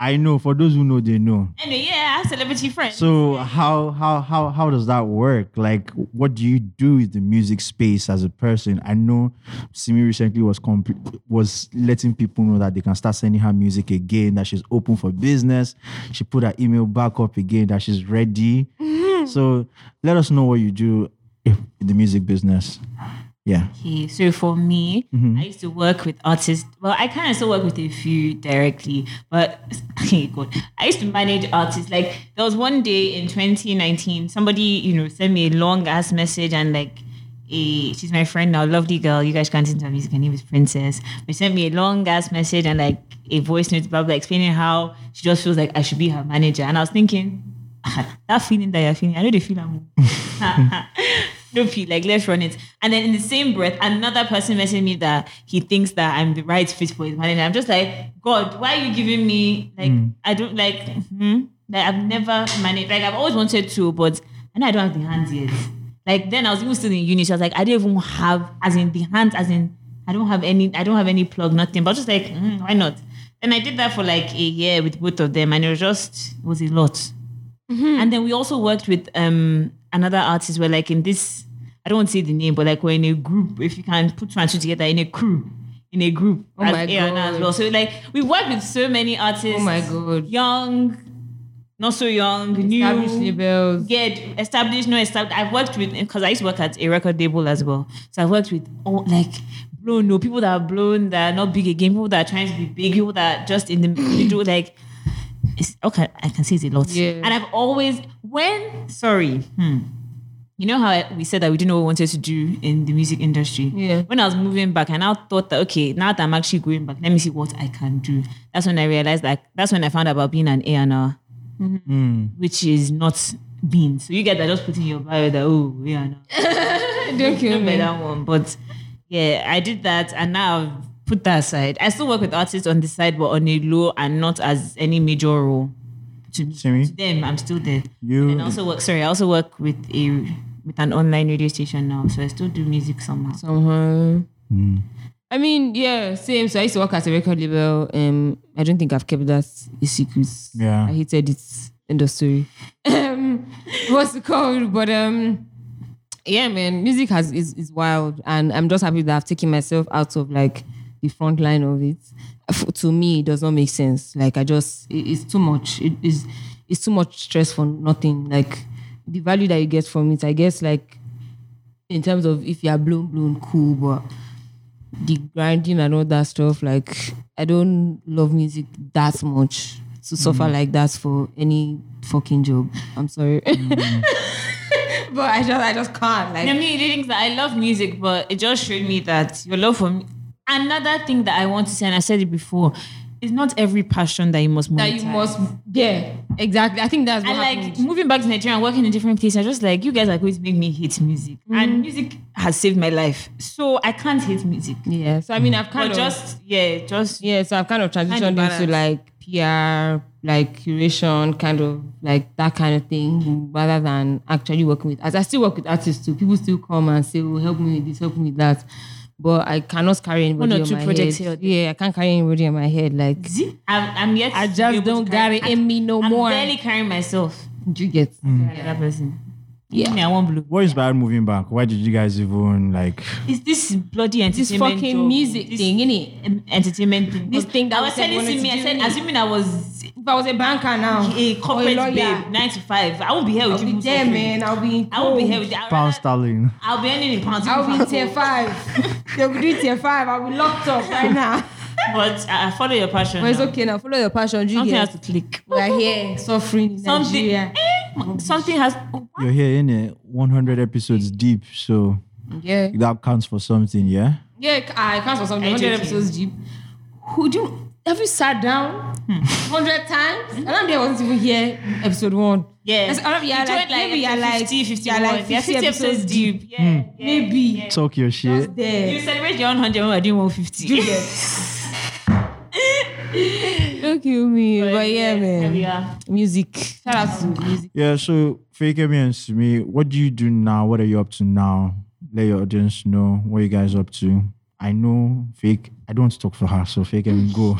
[SPEAKER 3] I know. For those who know, they know.
[SPEAKER 2] Anyway, yeah, I have celebrity friends.
[SPEAKER 3] So how how how how does that work? Like, what do you do with the music space as a person? I know Simi recently was compl- was letting people know that they can start sending her music again. That she's open for business. She put her email back up again. That she's ready. So let us know what you do in the music business. Yeah.
[SPEAKER 2] Okay, so for me, I used to work with artists. Well, I kind of still work with a few directly, but okay, God, I used to manage artists. Like there was one day in 2019, somebody you know sent me a long ass message and like. A, she's my friend now, lovely girl. You guys can't listen to her music. Her name is Princess. But she sent me a long ass message and like a voice note, blah blah, explaining how she just feels like I should be her manager. And I was thinking, that feeling that you're feeling, I know they feel I'm no feel like let's run it. And then in the same breath, another person messaged me that he thinks that I'm the right fit for his manager. I'm just like, God, why are you giving me like I don't like hmm? like I've never managed like I've always wanted to, but I know I don't have the hands yet. Like then I was even still in uni, so I was like, I don't even have as in the hands as in I don't have any I don't have any plug, nothing. But I was just like, mm, why not? And I did that for like a year with both of them and it was just it was a
[SPEAKER 1] Hmm.
[SPEAKER 2] lot. And then we also worked with um another artist where like in this I I don't want to say the name, but like we're in a group. If you can put two and two together in a crew, in a group.
[SPEAKER 1] Oh
[SPEAKER 2] as
[SPEAKER 1] my
[SPEAKER 2] A&R As
[SPEAKER 1] God.
[SPEAKER 2] well. So like we work with so many artists.
[SPEAKER 1] Oh my God.
[SPEAKER 2] Young, not so young,
[SPEAKER 1] Established
[SPEAKER 2] new.
[SPEAKER 1] labels.
[SPEAKER 2] Yeah, established, no established. I've worked with because I used to work at a record label as well. So I've worked with all like blown, no people that are blown, that are not big again, people that are trying to be big, people that are just in the middle, like it's, okay, I can say it's a lot.
[SPEAKER 1] Yeah.
[SPEAKER 2] And I've always when sorry, hmm. You know how I- we said that we didn't know what we wanted to do in the music industry.
[SPEAKER 1] Yeah.
[SPEAKER 2] When I was moving back, I now thought that okay, now that I'm actually going back, let me see what I can do. That's when I realized that that's when I found out about being an A and R
[SPEAKER 1] Mm-hmm.
[SPEAKER 2] which is not being. So you get that just put in your bio that oh yeah, no,
[SPEAKER 1] Don't kill
[SPEAKER 2] don't buy
[SPEAKER 1] me.
[SPEAKER 2] that one. But yeah, I did that, and now I've put that aside. I still work with artists on the side, but on a low and not as any major role. To,
[SPEAKER 3] Simi?
[SPEAKER 2] to them, I'm still there.
[SPEAKER 3] You-
[SPEAKER 2] and I also work. Sorry, I also work with a with an online radio station now, so I still do music somehow.
[SPEAKER 1] Somehow. I mean, yeah, same. So I used to work at a record label. Um, I don't think I've kept that a secret.
[SPEAKER 3] Yeah.
[SPEAKER 1] I hated it. End of story. um, what's it called? But um, yeah, man, music has is, is wild, and I'm just happy that I've taken myself out of like the front line of it. F- to me, it does not make sense. Like I just, it- it's too much. It is, it's too much stress for nothing. Like the value that you get from it, I guess, like in terms of if you are blown, blown, cool, but the grinding and all that stuff, like I don't love music that much to suffer like that for any fucking job. I'm sorry. Mm. but I just I just can't. Like
[SPEAKER 2] I mean, the things that I love music, but it just showed me that your love for me. Another thing that I want to say, and I said it before, is not every passion that you must monetize.
[SPEAKER 1] that you must yeah, exactly. I think that's what
[SPEAKER 2] And
[SPEAKER 1] happened.
[SPEAKER 2] like moving back to Nigeria and working in different places, I just like you guys are going to make me hate music,
[SPEAKER 1] Mm.
[SPEAKER 2] and music has saved my life, so I can't hate music.
[SPEAKER 1] yeah. So I mean I've kind
[SPEAKER 2] But
[SPEAKER 1] of
[SPEAKER 2] just yeah, just
[SPEAKER 1] yeah, so I've kind of transitioned
[SPEAKER 2] Kind of
[SPEAKER 1] into like PR, like curation, kind of like that kind of thing, rather than actually working with. As I still work with artists too, people still come and say, "Oh, help me with this, help me with that," but I cannot carry anybody
[SPEAKER 2] or
[SPEAKER 1] on
[SPEAKER 2] two
[SPEAKER 1] my
[SPEAKER 2] projects here or
[SPEAKER 1] head.
[SPEAKER 2] there.
[SPEAKER 1] Yeah, I can't carry anybody on my head. Like
[SPEAKER 2] see, I'm, I'm yet.
[SPEAKER 1] I
[SPEAKER 2] to be
[SPEAKER 1] just
[SPEAKER 2] able to
[SPEAKER 1] don't
[SPEAKER 2] carry-
[SPEAKER 1] got it in me no
[SPEAKER 2] I'm
[SPEAKER 1] more.
[SPEAKER 2] I'm barely carrying myself.
[SPEAKER 1] you get
[SPEAKER 2] Yeah, that person.
[SPEAKER 1] Yeah.
[SPEAKER 2] me, I won't blow.
[SPEAKER 3] What inspired moving back? Why did you guys even like?
[SPEAKER 2] It's this bloody
[SPEAKER 1] this
[SPEAKER 2] entertainment
[SPEAKER 1] fucking
[SPEAKER 2] job,
[SPEAKER 1] music
[SPEAKER 2] this
[SPEAKER 1] thing, innit?
[SPEAKER 2] em- entertainment thing.
[SPEAKER 1] This thing that
[SPEAKER 2] I
[SPEAKER 1] we
[SPEAKER 2] was
[SPEAKER 1] said we
[SPEAKER 2] telling
[SPEAKER 1] wanted
[SPEAKER 2] Simi,
[SPEAKER 1] to
[SPEAKER 2] I
[SPEAKER 1] do.
[SPEAKER 2] said, assuming I was
[SPEAKER 1] If I was a banker now,
[SPEAKER 2] a corporate
[SPEAKER 1] lawyer,
[SPEAKER 2] babe, nine to five, I won't be here with
[SPEAKER 1] I'll
[SPEAKER 2] you.
[SPEAKER 1] be there,
[SPEAKER 2] suffering.
[SPEAKER 1] man. I'll be. In
[SPEAKER 2] I won't be here with you. I'd
[SPEAKER 3] Pound
[SPEAKER 2] rather-
[SPEAKER 3] sterling.
[SPEAKER 2] I'll be earning in pounds.
[SPEAKER 1] I'll be in
[SPEAKER 2] Pounds.
[SPEAKER 1] tier five. They'll be doing tier five. I'll be locked up right now.
[SPEAKER 2] But I I follow your passion.
[SPEAKER 1] But it's
[SPEAKER 2] now.
[SPEAKER 1] okay now. Follow your passion. You
[SPEAKER 2] Something
[SPEAKER 1] get.
[SPEAKER 2] has to click.
[SPEAKER 1] We are here suffering in
[SPEAKER 2] Something.
[SPEAKER 1] Nigeria.
[SPEAKER 2] eh,
[SPEAKER 1] Oh.
[SPEAKER 2] something has.
[SPEAKER 3] You're here in it, 100 episodes deep, so
[SPEAKER 1] Yeah.
[SPEAKER 3] that counts for something, yeah.
[SPEAKER 1] Yeah, c- I can't for something.
[SPEAKER 2] Are you
[SPEAKER 1] 100
[SPEAKER 2] joking?
[SPEAKER 1] episodes deep. Who do you, have you sat down 100 times? And I'm there wasn't even here episode one.
[SPEAKER 2] Yeah.
[SPEAKER 1] That's- Alamdi, you're
[SPEAKER 2] You joined,
[SPEAKER 1] like, maybe you're like,
[SPEAKER 2] 50, 51.
[SPEAKER 1] you're like
[SPEAKER 2] You're 50 episodes deep. Yeah.
[SPEAKER 1] Hmm.
[SPEAKER 2] yeah.
[SPEAKER 1] Maybe.
[SPEAKER 3] Talk your shit.
[SPEAKER 1] Just there.
[SPEAKER 2] You celebrate your own 100 when we're doing 150.
[SPEAKER 1] Don't kill me. But, yeah,
[SPEAKER 2] There we
[SPEAKER 1] man.
[SPEAKER 2] are.
[SPEAKER 1] Music. Shout out to music.
[SPEAKER 3] Yeah, so Fake E me and Sumi, what do you do now? What are you up to now? Let your audience know what you guys up to. I know Fake, I don't want to talk for her, so Fake Emi, go.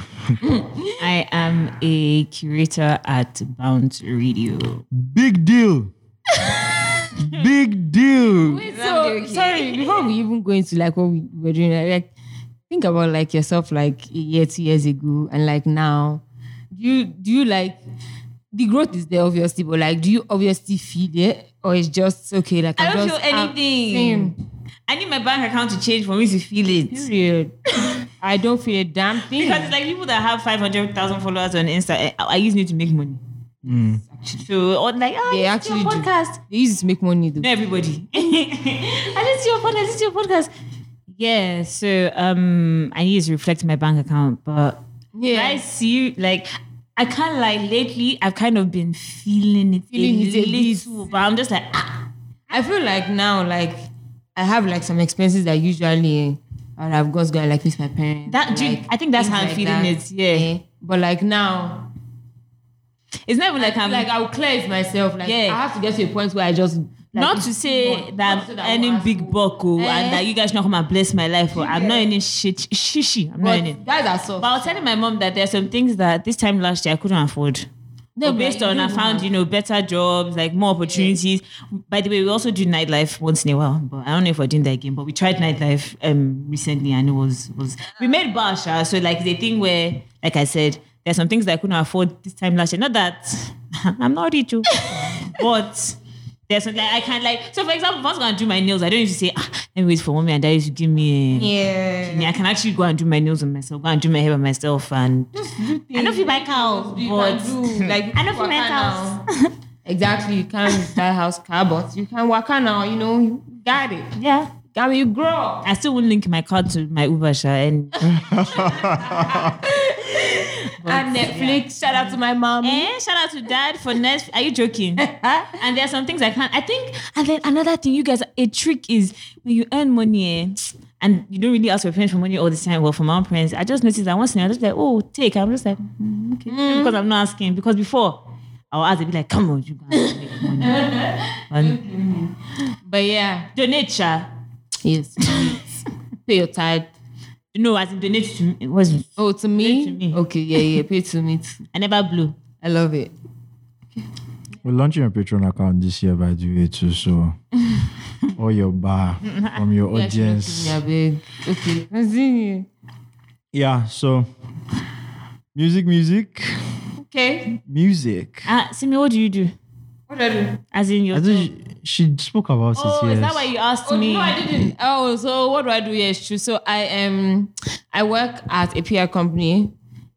[SPEAKER 2] I am a curator at Bounce Radio.
[SPEAKER 3] Big deal. Big deal.
[SPEAKER 1] So, sorry, before we even go into like what we were doing, like, think about like yourself like a year, two years ago, and like now. Do you do you like the growth is there obviously, but like, do you obviously feel it, or it's just okay? Like,
[SPEAKER 2] I
[SPEAKER 1] I'm
[SPEAKER 2] don't feel
[SPEAKER 1] just- I'm-
[SPEAKER 2] anything. I need my bank account to change for me to feel it.
[SPEAKER 1] Same. Period. I don't feel a damn thing.
[SPEAKER 2] Because it's like people that have 500,000 followers on Insta, eh, I, I just need to make money. So, or like, oh,
[SPEAKER 1] they
[SPEAKER 2] I listen
[SPEAKER 1] actually
[SPEAKER 2] to your
[SPEAKER 1] do.
[SPEAKER 2] podcast.
[SPEAKER 1] They used to make money though.
[SPEAKER 2] Not everybody. I listen to your podcast. I listen to your podcast. Yeah, so um, I need to reflect my bank account, but
[SPEAKER 1] Yeah.
[SPEAKER 2] I see like I can't lie. Lately, I've kind of been feeling it,
[SPEAKER 1] Feeling
[SPEAKER 2] a
[SPEAKER 1] it a bit.
[SPEAKER 2] little, but I'm just like, ah,
[SPEAKER 1] I feel like now, like I have like some expenses that usually I would have just gone like with my parents.
[SPEAKER 2] That- do you-
[SPEAKER 1] like,
[SPEAKER 2] I think that's
[SPEAKER 1] things
[SPEAKER 2] how I'm feeling it, yeah.
[SPEAKER 1] But like now,
[SPEAKER 2] it's not even like I'm
[SPEAKER 1] like I'll clear it myself. Like
[SPEAKER 2] Yeah.
[SPEAKER 1] I have to get to a point where I just like,
[SPEAKER 2] not
[SPEAKER 1] it's
[SPEAKER 2] to
[SPEAKER 1] too
[SPEAKER 2] say
[SPEAKER 1] much. Not
[SPEAKER 2] that
[SPEAKER 1] to say
[SPEAKER 2] I'm
[SPEAKER 1] that
[SPEAKER 2] earning
[SPEAKER 1] I'm
[SPEAKER 2] big
[SPEAKER 1] asking.
[SPEAKER 2] buck oh,
[SPEAKER 1] Eh.
[SPEAKER 2] and that you guys not come and bless my life. Or I'm not
[SPEAKER 1] Yeah.
[SPEAKER 2] earning shit shishi. I'm not earning.
[SPEAKER 1] But guys are soft.
[SPEAKER 2] But I was telling my mom that there are some things that this time last year I couldn't afford.
[SPEAKER 1] No,
[SPEAKER 2] But
[SPEAKER 1] but
[SPEAKER 2] based
[SPEAKER 1] you
[SPEAKER 2] on, I
[SPEAKER 1] do
[SPEAKER 2] found
[SPEAKER 1] have-
[SPEAKER 2] you know better jobs, like more opportunities. By the way, we also do nightlife once in a while, but I don't know if we're doing that again. But we tried nightlife um recently, and it was was we made basha. So like the thing where, like I said, there's some things that I couldn't afford this time last year. Not that I'm not rich, oh, but. There's something like, I can't like. So, for example, if I was gonna do my nails, I don't need to say, ah, let me wait for mommy and daddy to give me. A,
[SPEAKER 1] Yeah.
[SPEAKER 2] I can actually go and do my nails on myself, go and do my hair by myself, and I know if you buy cow,
[SPEAKER 1] You
[SPEAKER 2] but
[SPEAKER 1] can do, like,
[SPEAKER 2] I know if you
[SPEAKER 1] waka
[SPEAKER 2] buy cows.
[SPEAKER 1] now. Exactly, you can't buy house car, but you can work now. You know, you got it.
[SPEAKER 2] Yeah.
[SPEAKER 1] Got me, you grow. up.
[SPEAKER 2] I still won't link my card to my Uber Sha, and
[SPEAKER 1] and Netflix. Shout out to my mom.
[SPEAKER 2] eh, shout out to dad for next. Are you joking? and there are some things I can't. I think, and then another thing, you guys, a trick is when you earn money, eh, and you don't really ask your parents for money all the time. Well, from our parents, I just noticed that once in a while, I just be like, oh, take. I'm just like, mm, okay, because I'm not asking. Because before, I'll ask, they'd be like, come on, you guys, make money. and
[SPEAKER 1] But yeah,
[SPEAKER 2] donate, Sha.
[SPEAKER 1] yes. pay your tithe.
[SPEAKER 2] No, as in donate to me. It was
[SPEAKER 1] Oh, to me?
[SPEAKER 2] Pay to me.
[SPEAKER 1] Okay, yeah, yeah. Pay to me. Too.
[SPEAKER 2] I never blew.
[SPEAKER 1] I love it.
[SPEAKER 3] We're launching a Patreon account this year by the way too, so all your bar from your
[SPEAKER 1] Yeah, she don't
[SPEAKER 3] audience.
[SPEAKER 1] give me a big. Okay, continue.
[SPEAKER 3] Yeah, so music, music,
[SPEAKER 1] Okay,
[SPEAKER 3] music.
[SPEAKER 2] Ah, Simi, what do you do?
[SPEAKER 1] what did I do?
[SPEAKER 2] As in your
[SPEAKER 3] I think she, she spoke about
[SPEAKER 2] Oh,
[SPEAKER 3] it. Yes.
[SPEAKER 2] is that why you asked
[SPEAKER 1] Oh,
[SPEAKER 2] me?
[SPEAKER 1] no, I didn't. Oh, so what do I do? Yes, true. So I um, I work at a PR company.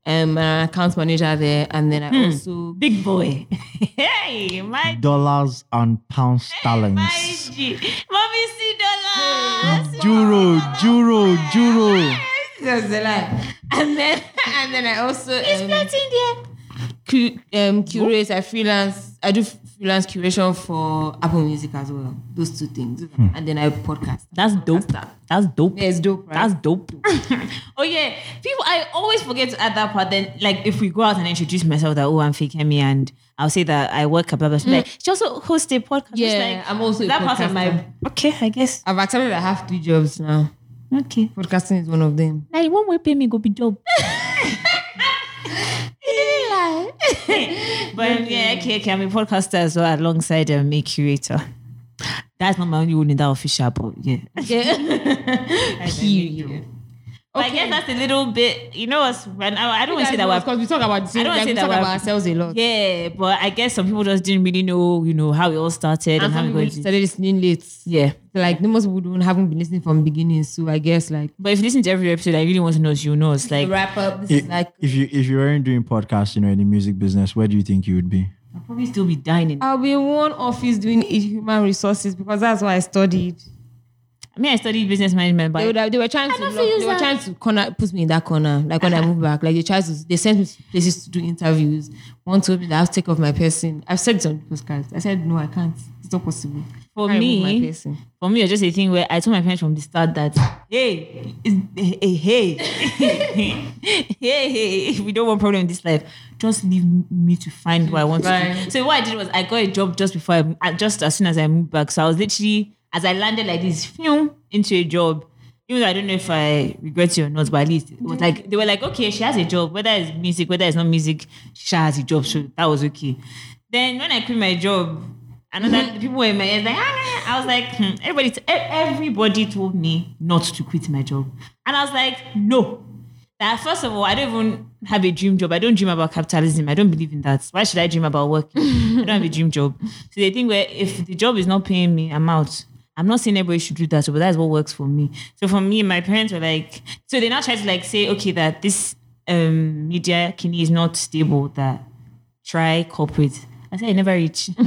[SPEAKER 1] Um, I'm an account manager there, and then I also
[SPEAKER 2] Big boy. hey, my
[SPEAKER 3] Dollars and pound
[SPEAKER 2] my
[SPEAKER 3] sterlings.
[SPEAKER 2] G. Mommy see dollars.
[SPEAKER 3] Juro, juro, juro.
[SPEAKER 1] That's the lie. And then and then I also
[SPEAKER 2] It's
[SPEAKER 1] um,
[SPEAKER 2] plenty there.
[SPEAKER 1] cu- um, curate. I freelance. I do freelance curation for Apple Music as well. Those two things, and then I podcast.
[SPEAKER 2] That's dope. That's dope.
[SPEAKER 1] Yeah, it's dope, right?
[SPEAKER 2] That's dope. oh yeah, people. I always forget to add that part. Then, like, if we go out and introduce myself, that oh, I'm fake Hemi, and I'll say that I work at blah blah. blah. Like, she also host a podcast. Just
[SPEAKER 1] Yeah,
[SPEAKER 2] like,
[SPEAKER 1] I'm also a
[SPEAKER 2] that part of my.
[SPEAKER 1] podcaster.
[SPEAKER 2] Okay, I guess.
[SPEAKER 1] I've accepted. I have two jobs now.
[SPEAKER 2] Okay.
[SPEAKER 1] Podcasting is one of them.
[SPEAKER 2] Now one way pay me go be job. but yeah, okay, okay. I'm a podcaster as well alongside um, a curator. That's not my only one in that official, but yeah.
[SPEAKER 1] Period.
[SPEAKER 2] But I guess that's a little bit, you know, us when I, I don't want to say that we're.
[SPEAKER 1] because we talk about the same,
[SPEAKER 2] I don't
[SPEAKER 1] like,
[SPEAKER 2] say
[SPEAKER 1] we
[SPEAKER 2] that
[SPEAKER 1] talk
[SPEAKER 2] we're-
[SPEAKER 1] about ourselves a lot.
[SPEAKER 2] Yeah, but I guess some people just didn't really know, you know, how it all started and,
[SPEAKER 1] and
[SPEAKER 2] how
[SPEAKER 1] some
[SPEAKER 2] we got
[SPEAKER 1] people
[SPEAKER 2] into
[SPEAKER 1] started listening late.
[SPEAKER 2] Yeah.
[SPEAKER 1] Like the most people don't haven't been listening from beginning, so I guess like
[SPEAKER 2] But if you listen to every episode, I really want to know, so you know, it's like,
[SPEAKER 1] wrap up. This
[SPEAKER 3] If, if you if you weren't doing podcasting or in the music business, where do you think you would be?
[SPEAKER 2] I'll probably still be dining.
[SPEAKER 1] I'll be in one office doing i- human resources because that's what I studied.
[SPEAKER 2] I mean, I studied business management,
[SPEAKER 1] They, would
[SPEAKER 2] but
[SPEAKER 1] have- they were trying to lock, they were trying to corner put me in that corner. Like when I moved back, like they tried to they sent me to places to do interviews. One told me that I have to take off my person. I've said some postcards. I said no, I can't. It's not possible.
[SPEAKER 2] for
[SPEAKER 1] I remove my
[SPEAKER 2] me,
[SPEAKER 1] person.
[SPEAKER 2] for me, it's just a thing where I told my parents from the start that, hey, hey, hey, hey, hey, we don't want problem in this life. Just leave me to find what I want to do.
[SPEAKER 1] Right.
[SPEAKER 2] So what I did was I got a job just before, I, uh, just as soon as I moved back. So I was literally, as I landed like this, film into a job. Even though I don't know if I regret it or not, but at least it was like they were like, okay, she has a job, whether it's music, whether it's not music, she has a job. So that was okay. Then when I quit my job, Another people were in my ears like, ah, I was like, hmm. everybody, t- e- everybody told me not to quit my job, and I was like, no. That first of all, I don't even have a dream job. I don't dream about capitalism. I don't believe in that. Why should I dream about working? I don't have a dream job. So the thing where if the job is not paying me, I'm out. I'm not saying everybody should do that, but that's what works for me. So for me, my parents were like, so they now try to like say, okay, that this um, media kidney is not stable. That try corporate. I said I never reach.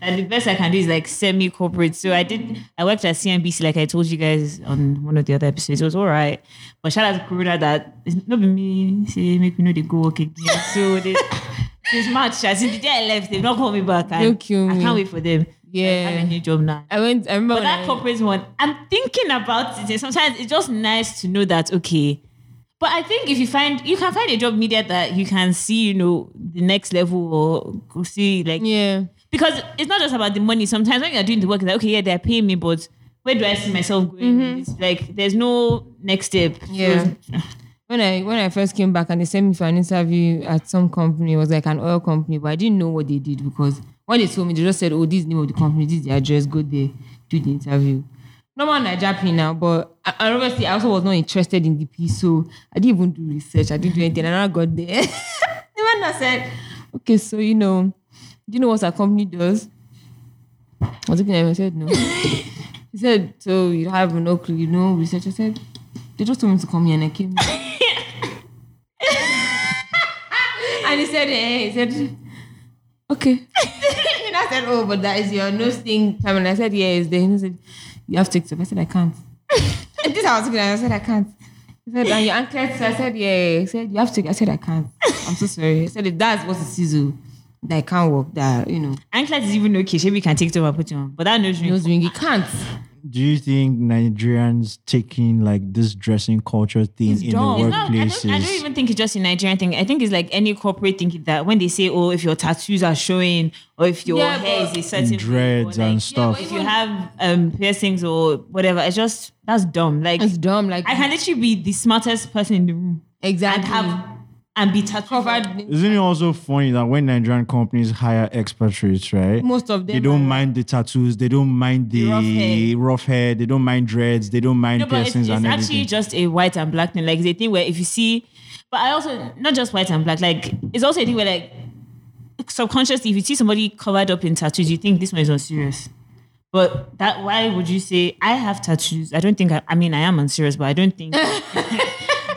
[SPEAKER 2] and the best I can do is like semi corporate. So I did. I worked at CNBC, like I told you guys on one of the other episodes. It was all right, but shout out to Corona that it's not be me say make me know they go work again. So they, this March, as in the day I left, they've not called me back. and
[SPEAKER 1] Don't kill
[SPEAKER 2] I
[SPEAKER 1] me.
[SPEAKER 2] can't wait for them. I have
[SPEAKER 1] Yeah.
[SPEAKER 2] a new job now.
[SPEAKER 1] I went. I remember when
[SPEAKER 2] But that
[SPEAKER 1] I-
[SPEAKER 2] corporate one, I'm thinking about it. And sometimes it's just nice to know that okay. But I think if you find you can find a job media that you can see, you know, the next level or go see like
[SPEAKER 1] yeah.
[SPEAKER 2] because it's not just about the money. Sometimes when you're doing the work, it's like okay, yeah, they're paying me, but where do I see myself going? It's like there's no next step. So
[SPEAKER 1] Mm-hmm. Yeah.
[SPEAKER 2] it's-
[SPEAKER 1] when I when I first came back and they sent me for an interview at some company, it was like an oil company, but I didn't know what they did because when they told me, they just said, "Oh, this is the name of the company, this is the address, go there, do the interview." Normal Nigerian now, but I, I obviously I also was not interested in the piece, so I didn't even do research. I didn't do anything, and I got there. the man that said, "Okay, so you know, do you know what our company does?" I was looking at him. I said, "No." He said, so you have no clue, you know, research. I said, they just told me to come here and I came. and he said, eh, he said, okay. and I said, oh, but that is your nose thing. I mean, I said, yeah, it's there. And he said, you have TikTok. I said, I can't. and this I was looking at, I said, I can't. He said, and your anklets? I said, yeah. He said, you have TikTok. I said, I can't. I'm so sorry. He said, if that's what it is, oh, that I can't work, that, you know,
[SPEAKER 2] Anklet is even okay. Maybe you can take it over and put it on. But that nose ring.
[SPEAKER 1] nose ring, you can't.
[SPEAKER 3] Do you think Nigerians taking like this dressing culture thing in
[SPEAKER 1] dumb.
[SPEAKER 3] the
[SPEAKER 1] It's
[SPEAKER 2] No, I
[SPEAKER 3] workplaces?
[SPEAKER 2] don't, I don't even think it's just a Nigerian thing. I think it's like any corporate thing that when they say, oh, if your tattoos are showing or if your
[SPEAKER 1] Yeah,
[SPEAKER 2] hair is
[SPEAKER 1] but-
[SPEAKER 2] a certain
[SPEAKER 3] dreads
[SPEAKER 2] way, or, like,
[SPEAKER 3] and stuff.
[SPEAKER 2] If you have um, piercings or whatever, it's just, that's dumb. Like,
[SPEAKER 1] It's dumb. Like,
[SPEAKER 2] I can literally be the smartest person in the room and
[SPEAKER 1] exactly.
[SPEAKER 2] have, and be tattooed.
[SPEAKER 1] Mm. covered
[SPEAKER 3] Isn't it also funny that when Nigerian companies hire expatriates, right?
[SPEAKER 1] most of them.
[SPEAKER 3] they don't
[SPEAKER 1] are-
[SPEAKER 3] mind the tattoos, they don't mind the,
[SPEAKER 2] rough
[SPEAKER 3] rough,
[SPEAKER 2] hair.
[SPEAKER 3] hair. they don't mind dreads, they don't mind
[SPEAKER 2] No, but it's,
[SPEAKER 3] piercings
[SPEAKER 2] it's
[SPEAKER 3] and
[SPEAKER 2] actually
[SPEAKER 3] everything.
[SPEAKER 2] just a white and black thing. Like it's a thing where if you see, but I also not just white and black. Like it's also a thing where like subconsciously, if you see somebody covered up in tattoos, you think this one is unserious. But that why would you say I have tattoos? I don't think I, I mean I am unserious, but I don't think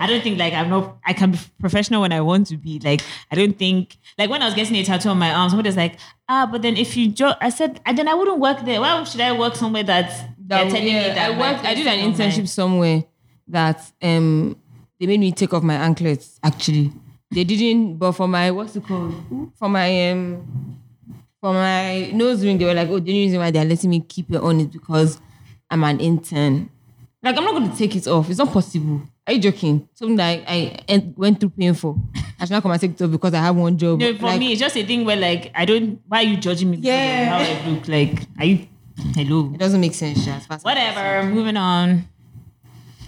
[SPEAKER 2] I don't think like I'm not I can be professional when I want to be. Like I don't think like when I was getting a tattoo on my arm, somebody was like, ah, but then if you jo-, I said and then I wouldn't work there. Why should I work somewhere that's
[SPEAKER 1] that-
[SPEAKER 2] they're telling me
[SPEAKER 1] yeah,
[SPEAKER 2] that
[SPEAKER 1] I
[SPEAKER 2] my
[SPEAKER 1] worked. I did
[SPEAKER 2] place
[SPEAKER 1] an
[SPEAKER 2] is not mine?
[SPEAKER 1] internship somewhere that um they made me take off my anklets. Actually, they didn't. But for my what's it called? For my um for my nose ring, they were like, oh, the only reason why they're letting me keep it on is because I'm an intern. Like I'm not going to take it off. It's not possible. Are you joking? Something that I, I en- went through paying for. I should not come and take it off because I have one job.
[SPEAKER 2] No, for
[SPEAKER 1] Like,
[SPEAKER 2] me, it's just a thing where like I don't. Why are you judging me? because of
[SPEAKER 1] Yeah.
[SPEAKER 2] How I look like? Are you? Hello.
[SPEAKER 1] it doesn't make sense. Sha, as far as I'm
[SPEAKER 2] Whatever. Moving on.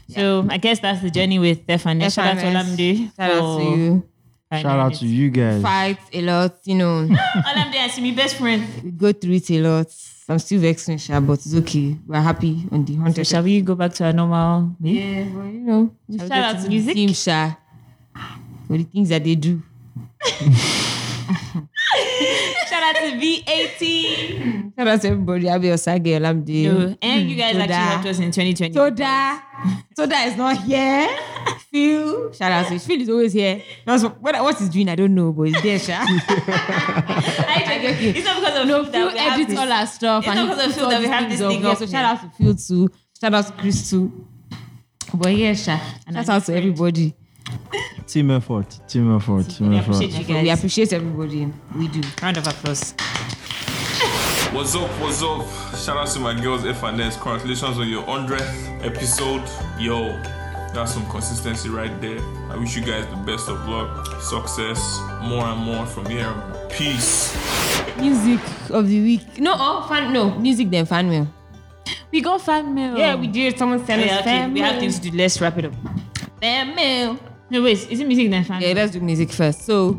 [SPEAKER 2] So I guess that's the journey with Stephanie.
[SPEAKER 1] concerned.
[SPEAKER 2] Shout out to Olamide.
[SPEAKER 1] Shout out to you.
[SPEAKER 3] Shout out to you guys.
[SPEAKER 1] Fight a lot, you know.
[SPEAKER 2] Olamide and Simi, best friend.
[SPEAKER 1] we go through it a lot. I'm still vexing, Sha, but it's okay. We're happy on the
[SPEAKER 2] So
[SPEAKER 1] hunter.
[SPEAKER 2] shall we go back to our normal? Yeah.
[SPEAKER 1] yeah, but you know, we
[SPEAKER 2] Shout
[SPEAKER 1] go
[SPEAKER 2] out to
[SPEAKER 1] the
[SPEAKER 2] music.
[SPEAKER 1] team, Sha, for the things that they do.
[SPEAKER 2] Shout out to V18.
[SPEAKER 1] Shout out to everybody. I'll be your Sage Olamide.
[SPEAKER 2] So, And you guys
[SPEAKER 1] Toda.
[SPEAKER 2] actually helped us in 2020.
[SPEAKER 1] Toda. Toda is not here. Phil. Shout out to Phil is always here. That's what, what he's doing, I don't know, but he's there, Sha.
[SPEAKER 2] I joking. It's not because of no,
[SPEAKER 1] Phil
[SPEAKER 2] that we have
[SPEAKER 1] edits
[SPEAKER 2] this-
[SPEAKER 1] all our stuff. and
[SPEAKER 2] It's not
[SPEAKER 1] he
[SPEAKER 2] because of
[SPEAKER 1] puts
[SPEAKER 2] Phil
[SPEAKER 1] all
[SPEAKER 2] that we
[SPEAKER 1] these
[SPEAKER 2] have this
[SPEAKER 1] things up
[SPEAKER 2] thing
[SPEAKER 1] here.
[SPEAKER 2] up
[SPEAKER 1] So
[SPEAKER 2] here.
[SPEAKER 1] shout out to Phil too. Shout out to Chris too. But yeah, Sha. Shout out to everybody.
[SPEAKER 3] Team effort, team effort, team
[SPEAKER 2] We
[SPEAKER 3] effort.
[SPEAKER 2] appreciate you
[SPEAKER 1] We
[SPEAKER 2] guys.
[SPEAKER 1] appreciate everybody. We do.
[SPEAKER 2] Round of applause.
[SPEAKER 8] What's up? What's up? Shout out to my girls, F and S. Congratulations on your 100th episode. Yo, that's some consistency right there. I wish you guys the best of luck, success, more and more from here. on. Peace.
[SPEAKER 1] Music of the week. No, oh, fan. No, music then fan mail.
[SPEAKER 2] We got fan mail.
[SPEAKER 1] Yeah, we did. Someone sent
[SPEAKER 2] Yeah,
[SPEAKER 1] us
[SPEAKER 2] okay,
[SPEAKER 1] fan
[SPEAKER 2] we have
[SPEAKER 1] mail.
[SPEAKER 2] things to do. Let's wrap it up.
[SPEAKER 1] fan mail.
[SPEAKER 2] No, wait, is it music then? Fam?
[SPEAKER 1] Yeah, let's do music first. So,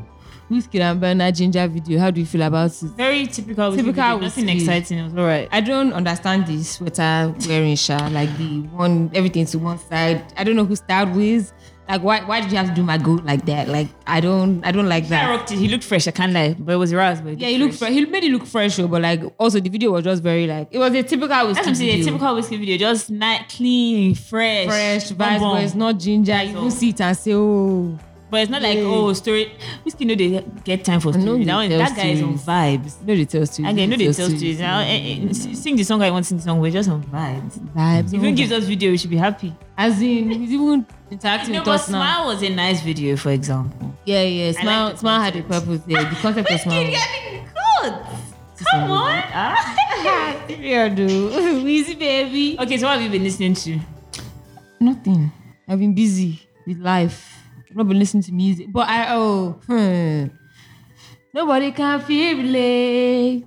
[SPEAKER 1] Whiskey and Burner Ginger video. How do you feel about it?
[SPEAKER 2] Very typical. Whiskey
[SPEAKER 1] Typical
[SPEAKER 2] video, Nothing
[SPEAKER 1] Whiskey.
[SPEAKER 2] exciting. It was all right.
[SPEAKER 1] I don't understand this sweater wearing Sha. Like the one, everything to one side. I don't know who started with. Like, why? Why did you have to do my goat like that? Like, I don't. I don't like
[SPEAKER 2] I
[SPEAKER 1] that.
[SPEAKER 2] rocked it. He looked fresh. I can't lie, but it was Raz. But
[SPEAKER 1] Yeah, he looked. Fresh. He made it look fresh, oh, but like also the video was just very like it was a typical.
[SPEAKER 2] That's what I'm saying. A
[SPEAKER 1] video.
[SPEAKER 2] typical whiskey video, just night clean, fresh,
[SPEAKER 1] fresh vibes,
[SPEAKER 2] bum,
[SPEAKER 1] but it's not ginger. You
[SPEAKER 2] That's
[SPEAKER 1] will
[SPEAKER 2] all.
[SPEAKER 1] see it and say, oh.
[SPEAKER 2] But it's not like oh story. Whiskey know they get time for
[SPEAKER 1] know
[SPEAKER 2] story.
[SPEAKER 1] they
[SPEAKER 2] That, one,
[SPEAKER 1] tell
[SPEAKER 2] that guy is on
[SPEAKER 1] stories.
[SPEAKER 2] vibes.
[SPEAKER 1] No, they tell stories.
[SPEAKER 2] And they know they tell stories.
[SPEAKER 1] stories.
[SPEAKER 2] Now, eh, eh, sing the song I want to sing the song. We're just on vibes.
[SPEAKER 1] Vibes.
[SPEAKER 2] If
[SPEAKER 1] oh,
[SPEAKER 2] he gives us video, we should be happy.
[SPEAKER 1] As in, he's even interacting
[SPEAKER 2] No,
[SPEAKER 1] with
[SPEAKER 2] but
[SPEAKER 1] us now.
[SPEAKER 2] Smile was a nice video, for example. Um,
[SPEAKER 1] Yeah, yeah.
[SPEAKER 2] the
[SPEAKER 1] Smile, smile had a
[SPEAKER 2] concept.
[SPEAKER 1] purpose there. The concept of smile.
[SPEAKER 2] Whiskey, I good. Come on. Ah.
[SPEAKER 1] Yeah, dude. Weezy baby.
[SPEAKER 2] Okay, so what have you been listening to?
[SPEAKER 1] Nothing. I've been busy with life. I've not been listening to music. But I oh hmm. nobody can feel relate.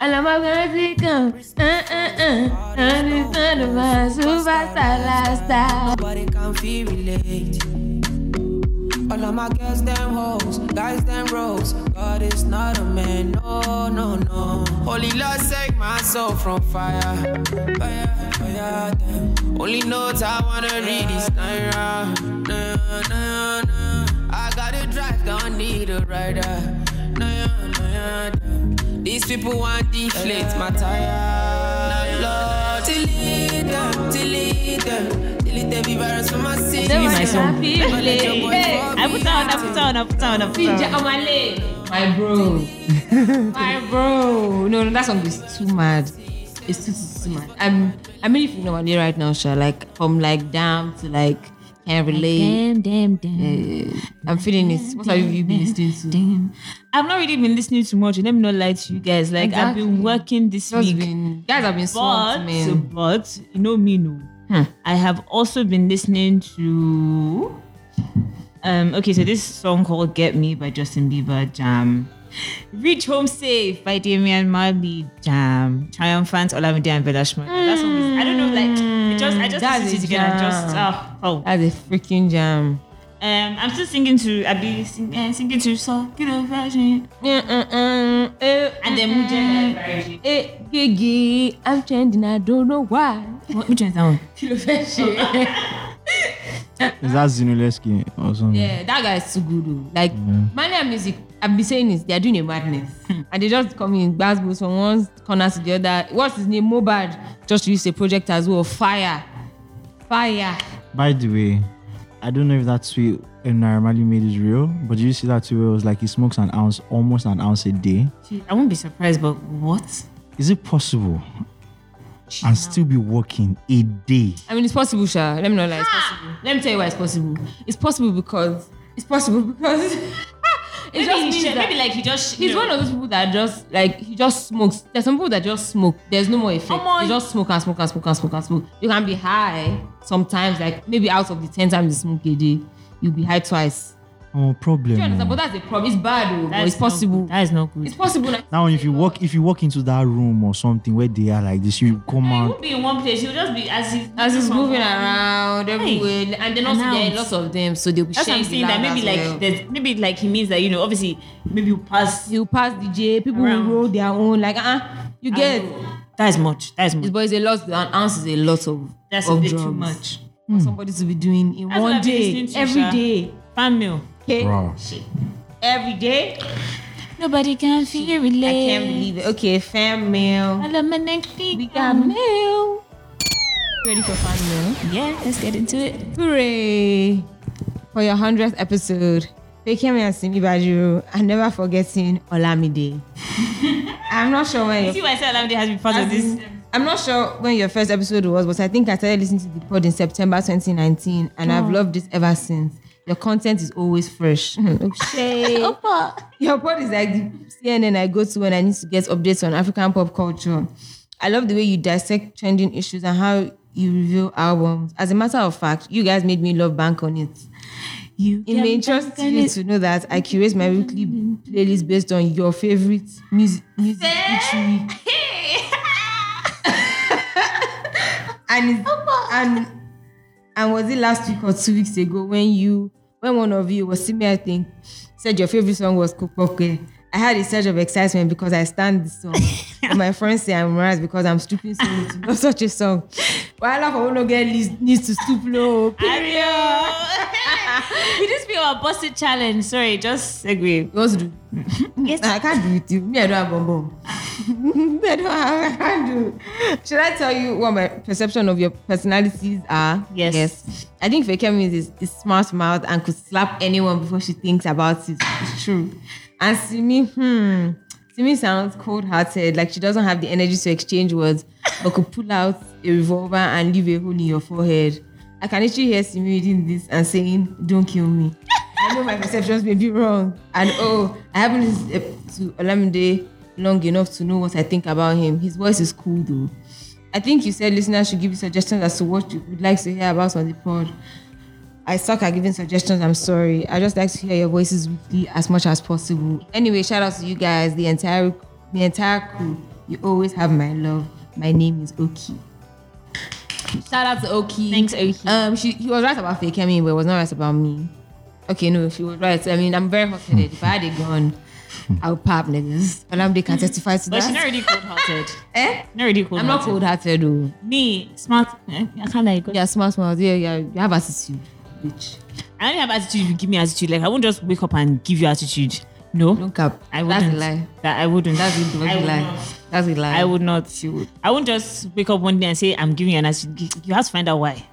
[SPEAKER 1] And I'm a Mexican. Uh, uh, uh. And it's not about superstar lifestyle.
[SPEAKER 9] nobody can feel relate. All of my girls, them hoes, guys, them bros. God is not a man, no, no, no. Holy Lord, save my soul from fire. Fire, fire, damn. Only notes I wanna read is Naira. Nah, nah, nah. I gotta drive, don't need a rider. Nah, nah, damn. These people want deflate my tire. Lord, delete them, delete them, delete every virus from my city.
[SPEAKER 1] That was
[SPEAKER 2] my song.
[SPEAKER 1] happy day. Hey,
[SPEAKER 2] I put on, I put on, I put on, I put
[SPEAKER 1] DJ
[SPEAKER 2] on.
[SPEAKER 1] Omale. My bro. My bro. No, no, that song is too mad. It's too, too, too mad. I'm I'm really feeling Omale right now, Sha. Like from like damn to like can't relate.
[SPEAKER 2] Damn, damn, damn.
[SPEAKER 1] Uh, I'm feeling it. What have you been listening to?
[SPEAKER 2] Damn. I've not really been listening to much. Let me not lie to you guys. Like I've
[SPEAKER 1] Exactly.
[SPEAKER 2] been working this
[SPEAKER 1] Just
[SPEAKER 2] week.
[SPEAKER 1] been guys have been
[SPEAKER 2] but,
[SPEAKER 1] swamped, man.
[SPEAKER 2] but you know me no.
[SPEAKER 1] Hmm.
[SPEAKER 2] I have also been listening to um okay, so this song called Get Me by Justin Bieber Jam. Reach Home Safe by Damian Marley Jam. Triumphant Olamide and Bella Shmurda. That song is I don't know, like it just I just
[SPEAKER 1] That's
[SPEAKER 2] listened to it
[SPEAKER 1] a
[SPEAKER 2] together and just
[SPEAKER 1] Hmm, jam.
[SPEAKER 2] uh, oh
[SPEAKER 1] That's a freaking jam.
[SPEAKER 2] um I'm still singing to I be sing, uh, singing to so get a version
[SPEAKER 1] uh,
[SPEAKER 2] and
[SPEAKER 1] And
[SPEAKER 2] then Mujer version.
[SPEAKER 1] Eh, Gigi, I'm trending. I don't know why.
[SPEAKER 2] What which one is that one?
[SPEAKER 1] yeah,
[SPEAKER 3] Is that Zinuleski or something?
[SPEAKER 1] that guy is too good. though. Like Malian music, I've been saying this. They are doing a madness, and they just come in basketballs from one corner to the other. What's his name? Mobad just released a project as well. Fire, fire.
[SPEAKER 3] By the way, I don't know if that tweet Naramali made is real, but did you see that tweet where it was like he smokes an ounce, almost an ounce a day?
[SPEAKER 2] I won't be surprised, but what?
[SPEAKER 3] Is it possible and still be working a day?
[SPEAKER 1] I mean, it's possible, Sha. Let me know, like, it's possible. Let me tell you why it's possible. It's possible because it's possible because it just means that
[SPEAKER 2] like he just
[SPEAKER 1] he's one of those people that just like he just smokes. There's some people that just smoke. There's no more effect.
[SPEAKER 2] Omo,
[SPEAKER 1] You just smoke and smoke and smoke and smoke and smoke. You can be high sometimes, like maybe out of the ten times you smoke a day, you'll be high twice.
[SPEAKER 3] Oh, problem.
[SPEAKER 1] You understand?
[SPEAKER 3] oh.
[SPEAKER 1] But that's a problem. It's bad, though, but it's possible.
[SPEAKER 2] That is Hmm. not good.
[SPEAKER 1] It's possible. Like,
[SPEAKER 3] Now, if you walk, if you walk into that room or something where they are like this, you come out.
[SPEAKER 2] be in one place. He'll just be as he's
[SPEAKER 1] as he's moving around everywhere, and then also
[SPEAKER 2] And
[SPEAKER 1] there are
[SPEAKER 2] out.
[SPEAKER 1] lots of them, so they'll be
[SPEAKER 2] That's
[SPEAKER 1] sharing
[SPEAKER 2] what
[SPEAKER 1] the
[SPEAKER 2] I'm saying. That
[SPEAKER 1] loud
[SPEAKER 2] maybe
[SPEAKER 1] as
[SPEAKER 2] like
[SPEAKER 1] well.
[SPEAKER 2] there's maybe like he means that you know obviously maybe you pass.
[SPEAKER 1] you pass DJ, people
[SPEAKER 2] Around.
[SPEAKER 1] will roll their own. Like, uh, you get.
[SPEAKER 2] That is much. That is
[SPEAKER 1] It's,
[SPEAKER 2] much.
[SPEAKER 1] but it's a lot. An ounce is a lot of.
[SPEAKER 2] That's a
[SPEAKER 1] of
[SPEAKER 2] bit
[SPEAKER 1] drugs.
[SPEAKER 2] too much.
[SPEAKER 1] For somebody to be doing in
[SPEAKER 2] Mm. That's what
[SPEAKER 1] one
[SPEAKER 2] I've been
[SPEAKER 1] day,
[SPEAKER 2] listening to,
[SPEAKER 1] every
[SPEAKER 2] Sha.
[SPEAKER 1] day,
[SPEAKER 2] Fan meal.
[SPEAKER 1] okay,
[SPEAKER 3] Bro.
[SPEAKER 1] every day.
[SPEAKER 2] Nobody can feel relate.
[SPEAKER 1] I can't believe it. Okay, fan mail.
[SPEAKER 2] love my next
[SPEAKER 1] We got mail. Ready for fan mail?
[SPEAKER 2] Yeah, let's get into it.
[SPEAKER 1] Hooray for your hundredth episode. Fekemi and Simi Bajiro are never forgetting Olamide. I'm not sure when your
[SPEAKER 2] See why I said Olamide has been part of
[SPEAKER 1] As
[SPEAKER 2] this.
[SPEAKER 1] in, I'm not sure when your first episode was, but I think I started listening to the pod in September 2019, and
[SPEAKER 2] Oh.
[SPEAKER 1] I've loved it ever since. Your content is always fresh.
[SPEAKER 2] Oh,
[SPEAKER 1] Okay. your pod is like the CNN I go to when I need to get updates on African pop culture. I love the way you dissect trending issues and how you review albums. As a matter of fact, you guys made me love Bank on It.
[SPEAKER 2] You
[SPEAKER 1] It may interest you to know that I curate my weekly playlist based on your favorite music, music each week. and it's, and and was it last week or two weeks ago when you when one of you was similar I think said your favorite song was Kupoke. I had a surge of excitement because I stand this song. But my friends say I'm right because I'm stooping so low to know such a song. While I for no girl is- needs to stoop low. Period.
[SPEAKER 2] we just be our busted challenge. Sorry, just agree.
[SPEAKER 1] You want to do? yes. I can't do it with you. Me, I don't have bonbon. me, I don't have, I can't do. Should I tell you what my perception of your personalities are?
[SPEAKER 2] Yes.
[SPEAKER 1] I think Fekemi is, is smart mouth and could slap anyone before she thinks about it. It's true. And Simi, hmm. Simi sounds cold hearted, like she doesn't have the energy to exchange words, but could pull out a revolver and leave a hole in your forehead. I can literally hear Simi reading this and saying, Don't kill me. I know my perceptions may be wrong. And oh, I haven't listened to Olamide long enough to know what I think about him. His voice is cool though. I think you said listeners should give you suggestions as to what you would like to hear about on the pod. I suck at giving suggestions. I'm sorry. I just like to hear your voices weekly as much as possible. Anyway, shout out to you guys, the entire the entire crew. You always have my love. My name is Oki. Shout out to Oki.
[SPEAKER 2] Thanks, Oki.
[SPEAKER 1] Um, she he was right about fake Kemi, but it was not right about me. Okay, no, she was right. I mean, I'm very frustrated. if I had a gun, I would pop niggas. Olamide can testify to
[SPEAKER 2] But
[SPEAKER 1] that.
[SPEAKER 2] she's not really cold hearted.
[SPEAKER 1] eh?
[SPEAKER 2] Not really cold
[SPEAKER 1] I'm not
[SPEAKER 2] hearted.
[SPEAKER 1] cold-hearted though.
[SPEAKER 2] Me, smart. eh, I can't like.
[SPEAKER 1] Yeah, smart, smart. Yeah, yeah. You have attitude, bitch.
[SPEAKER 2] I only have attitude if you give me attitude. Like, I won't just wake up and give you attitude. No.
[SPEAKER 1] Don't cap.
[SPEAKER 2] I
[SPEAKER 1] That's
[SPEAKER 2] wouldn't.
[SPEAKER 1] a lie.
[SPEAKER 2] That I wouldn't.
[SPEAKER 1] That's a bloody
[SPEAKER 2] I would
[SPEAKER 1] lie.
[SPEAKER 2] not.
[SPEAKER 1] That's a lie.
[SPEAKER 2] I would not.
[SPEAKER 1] She would.
[SPEAKER 2] I won't just wake up one day and say, I'm giving you an attitude. You- You have to find out why.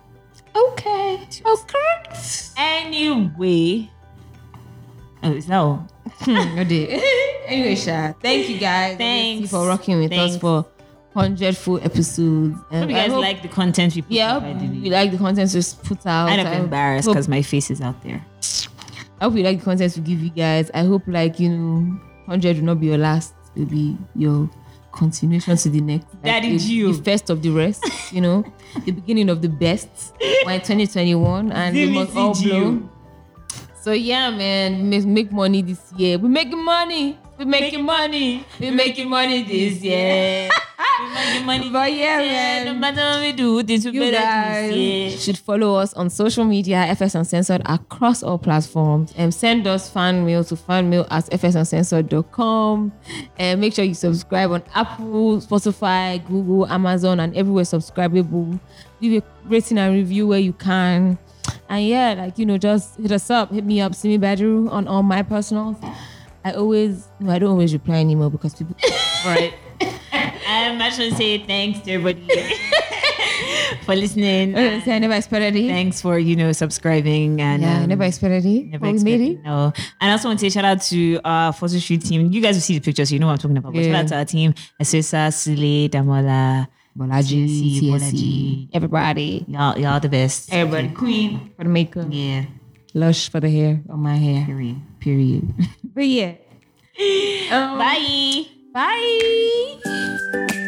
[SPEAKER 1] Okay. Okay.
[SPEAKER 2] Anyway. Oh, is that all?
[SPEAKER 1] No day. anyway, Sha, thank you guys.
[SPEAKER 2] Thanks.
[SPEAKER 1] Obviously, for rocking with
[SPEAKER 2] Thanks.
[SPEAKER 1] us for 100 full episodes. Um,
[SPEAKER 2] Hope you
[SPEAKER 1] I
[SPEAKER 2] guys
[SPEAKER 1] hope-
[SPEAKER 2] like the content we put
[SPEAKER 1] Yeah,
[SPEAKER 2] up. I
[SPEAKER 1] I hope
[SPEAKER 2] didn't.
[SPEAKER 1] you like the content we put out.
[SPEAKER 2] Kind of
[SPEAKER 1] I hope-
[SPEAKER 2] embarrassed
[SPEAKER 1] hope-
[SPEAKER 2] because my face is out there.
[SPEAKER 1] I hope you like the content we give you guys. I hope, like, you know, 100 will not be your last, it will be your continuation to the next. Like,
[SPEAKER 2] Daddy
[SPEAKER 1] the-
[SPEAKER 2] Gio.
[SPEAKER 1] The first of the rest, you know, the beginning of the best. We're in 2021 and we must all
[SPEAKER 2] DVC Gio.
[SPEAKER 1] blow. So, yeah, man, make, make money this year. We're making money. We're making money. We're making money this year.
[SPEAKER 2] We're making money.
[SPEAKER 1] But yeah,
[SPEAKER 2] Yeah, no
[SPEAKER 1] man.
[SPEAKER 2] matter what we do, this will
[SPEAKER 1] You
[SPEAKER 2] better
[SPEAKER 1] guys
[SPEAKER 2] this year.
[SPEAKER 1] should follow us on social media, FS Uncensored, across all platforms. Um, send us fan mail to fanmail at fsuncensored.com. And Um, make sure you subscribe on Apple, Spotify, Google, Amazon, and everywhere subscribable. Leave a rating and review where you can. And yeah, like, you know, just hit us up. Hit me up, Simi Badru, on all my personals. I always, no, I don't always reply anymore because people.
[SPEAKER 2] All right. I'm actually saying thanks to everybody for listening.
[SPEAKER 1] I never expected it.
[SPEAKER 2] Thanks for you know subscribing and
[SPEAKER 1] Yeah, I
[SPEAKER 2] um,
[SPEAKER 1] never expected it.
[SPEAKER 2] never
[SPEAKER 1] but we made
[SPEAKER 2] expected-
[SPEAKER 1] it.
[SPEAKER 2] No, and I also want to say shout out to our photo shoot team. You guys will see the pictures, you know what I'm talking about. But shout
[SPEAKER 1] Yeah.
[SPEAKER 2] out to our team: Asosa, Sule, Damola,
[SPEAKER 1] Bolaji, E.
[SPEAKER 2] TSE,
[SPEAKER 1] CSE,
[SPEAKER 2] E, Bolaji.
[SPEAKER 1] everybody.
[SPEAKER 2] Y'all, y'all the best.
[SPEAKER 1] Everybody. Queen. For the makeup.
[SPEAKER 2] Yeah.
[SPEAKER 1] Lush for the hair. On my hair.
[SPEAKER 2] Period.
[SPEAKER 1] Period. but yeah. Um,
[SPEAKER 2] Bye.
[SPEAKER 1] Bye.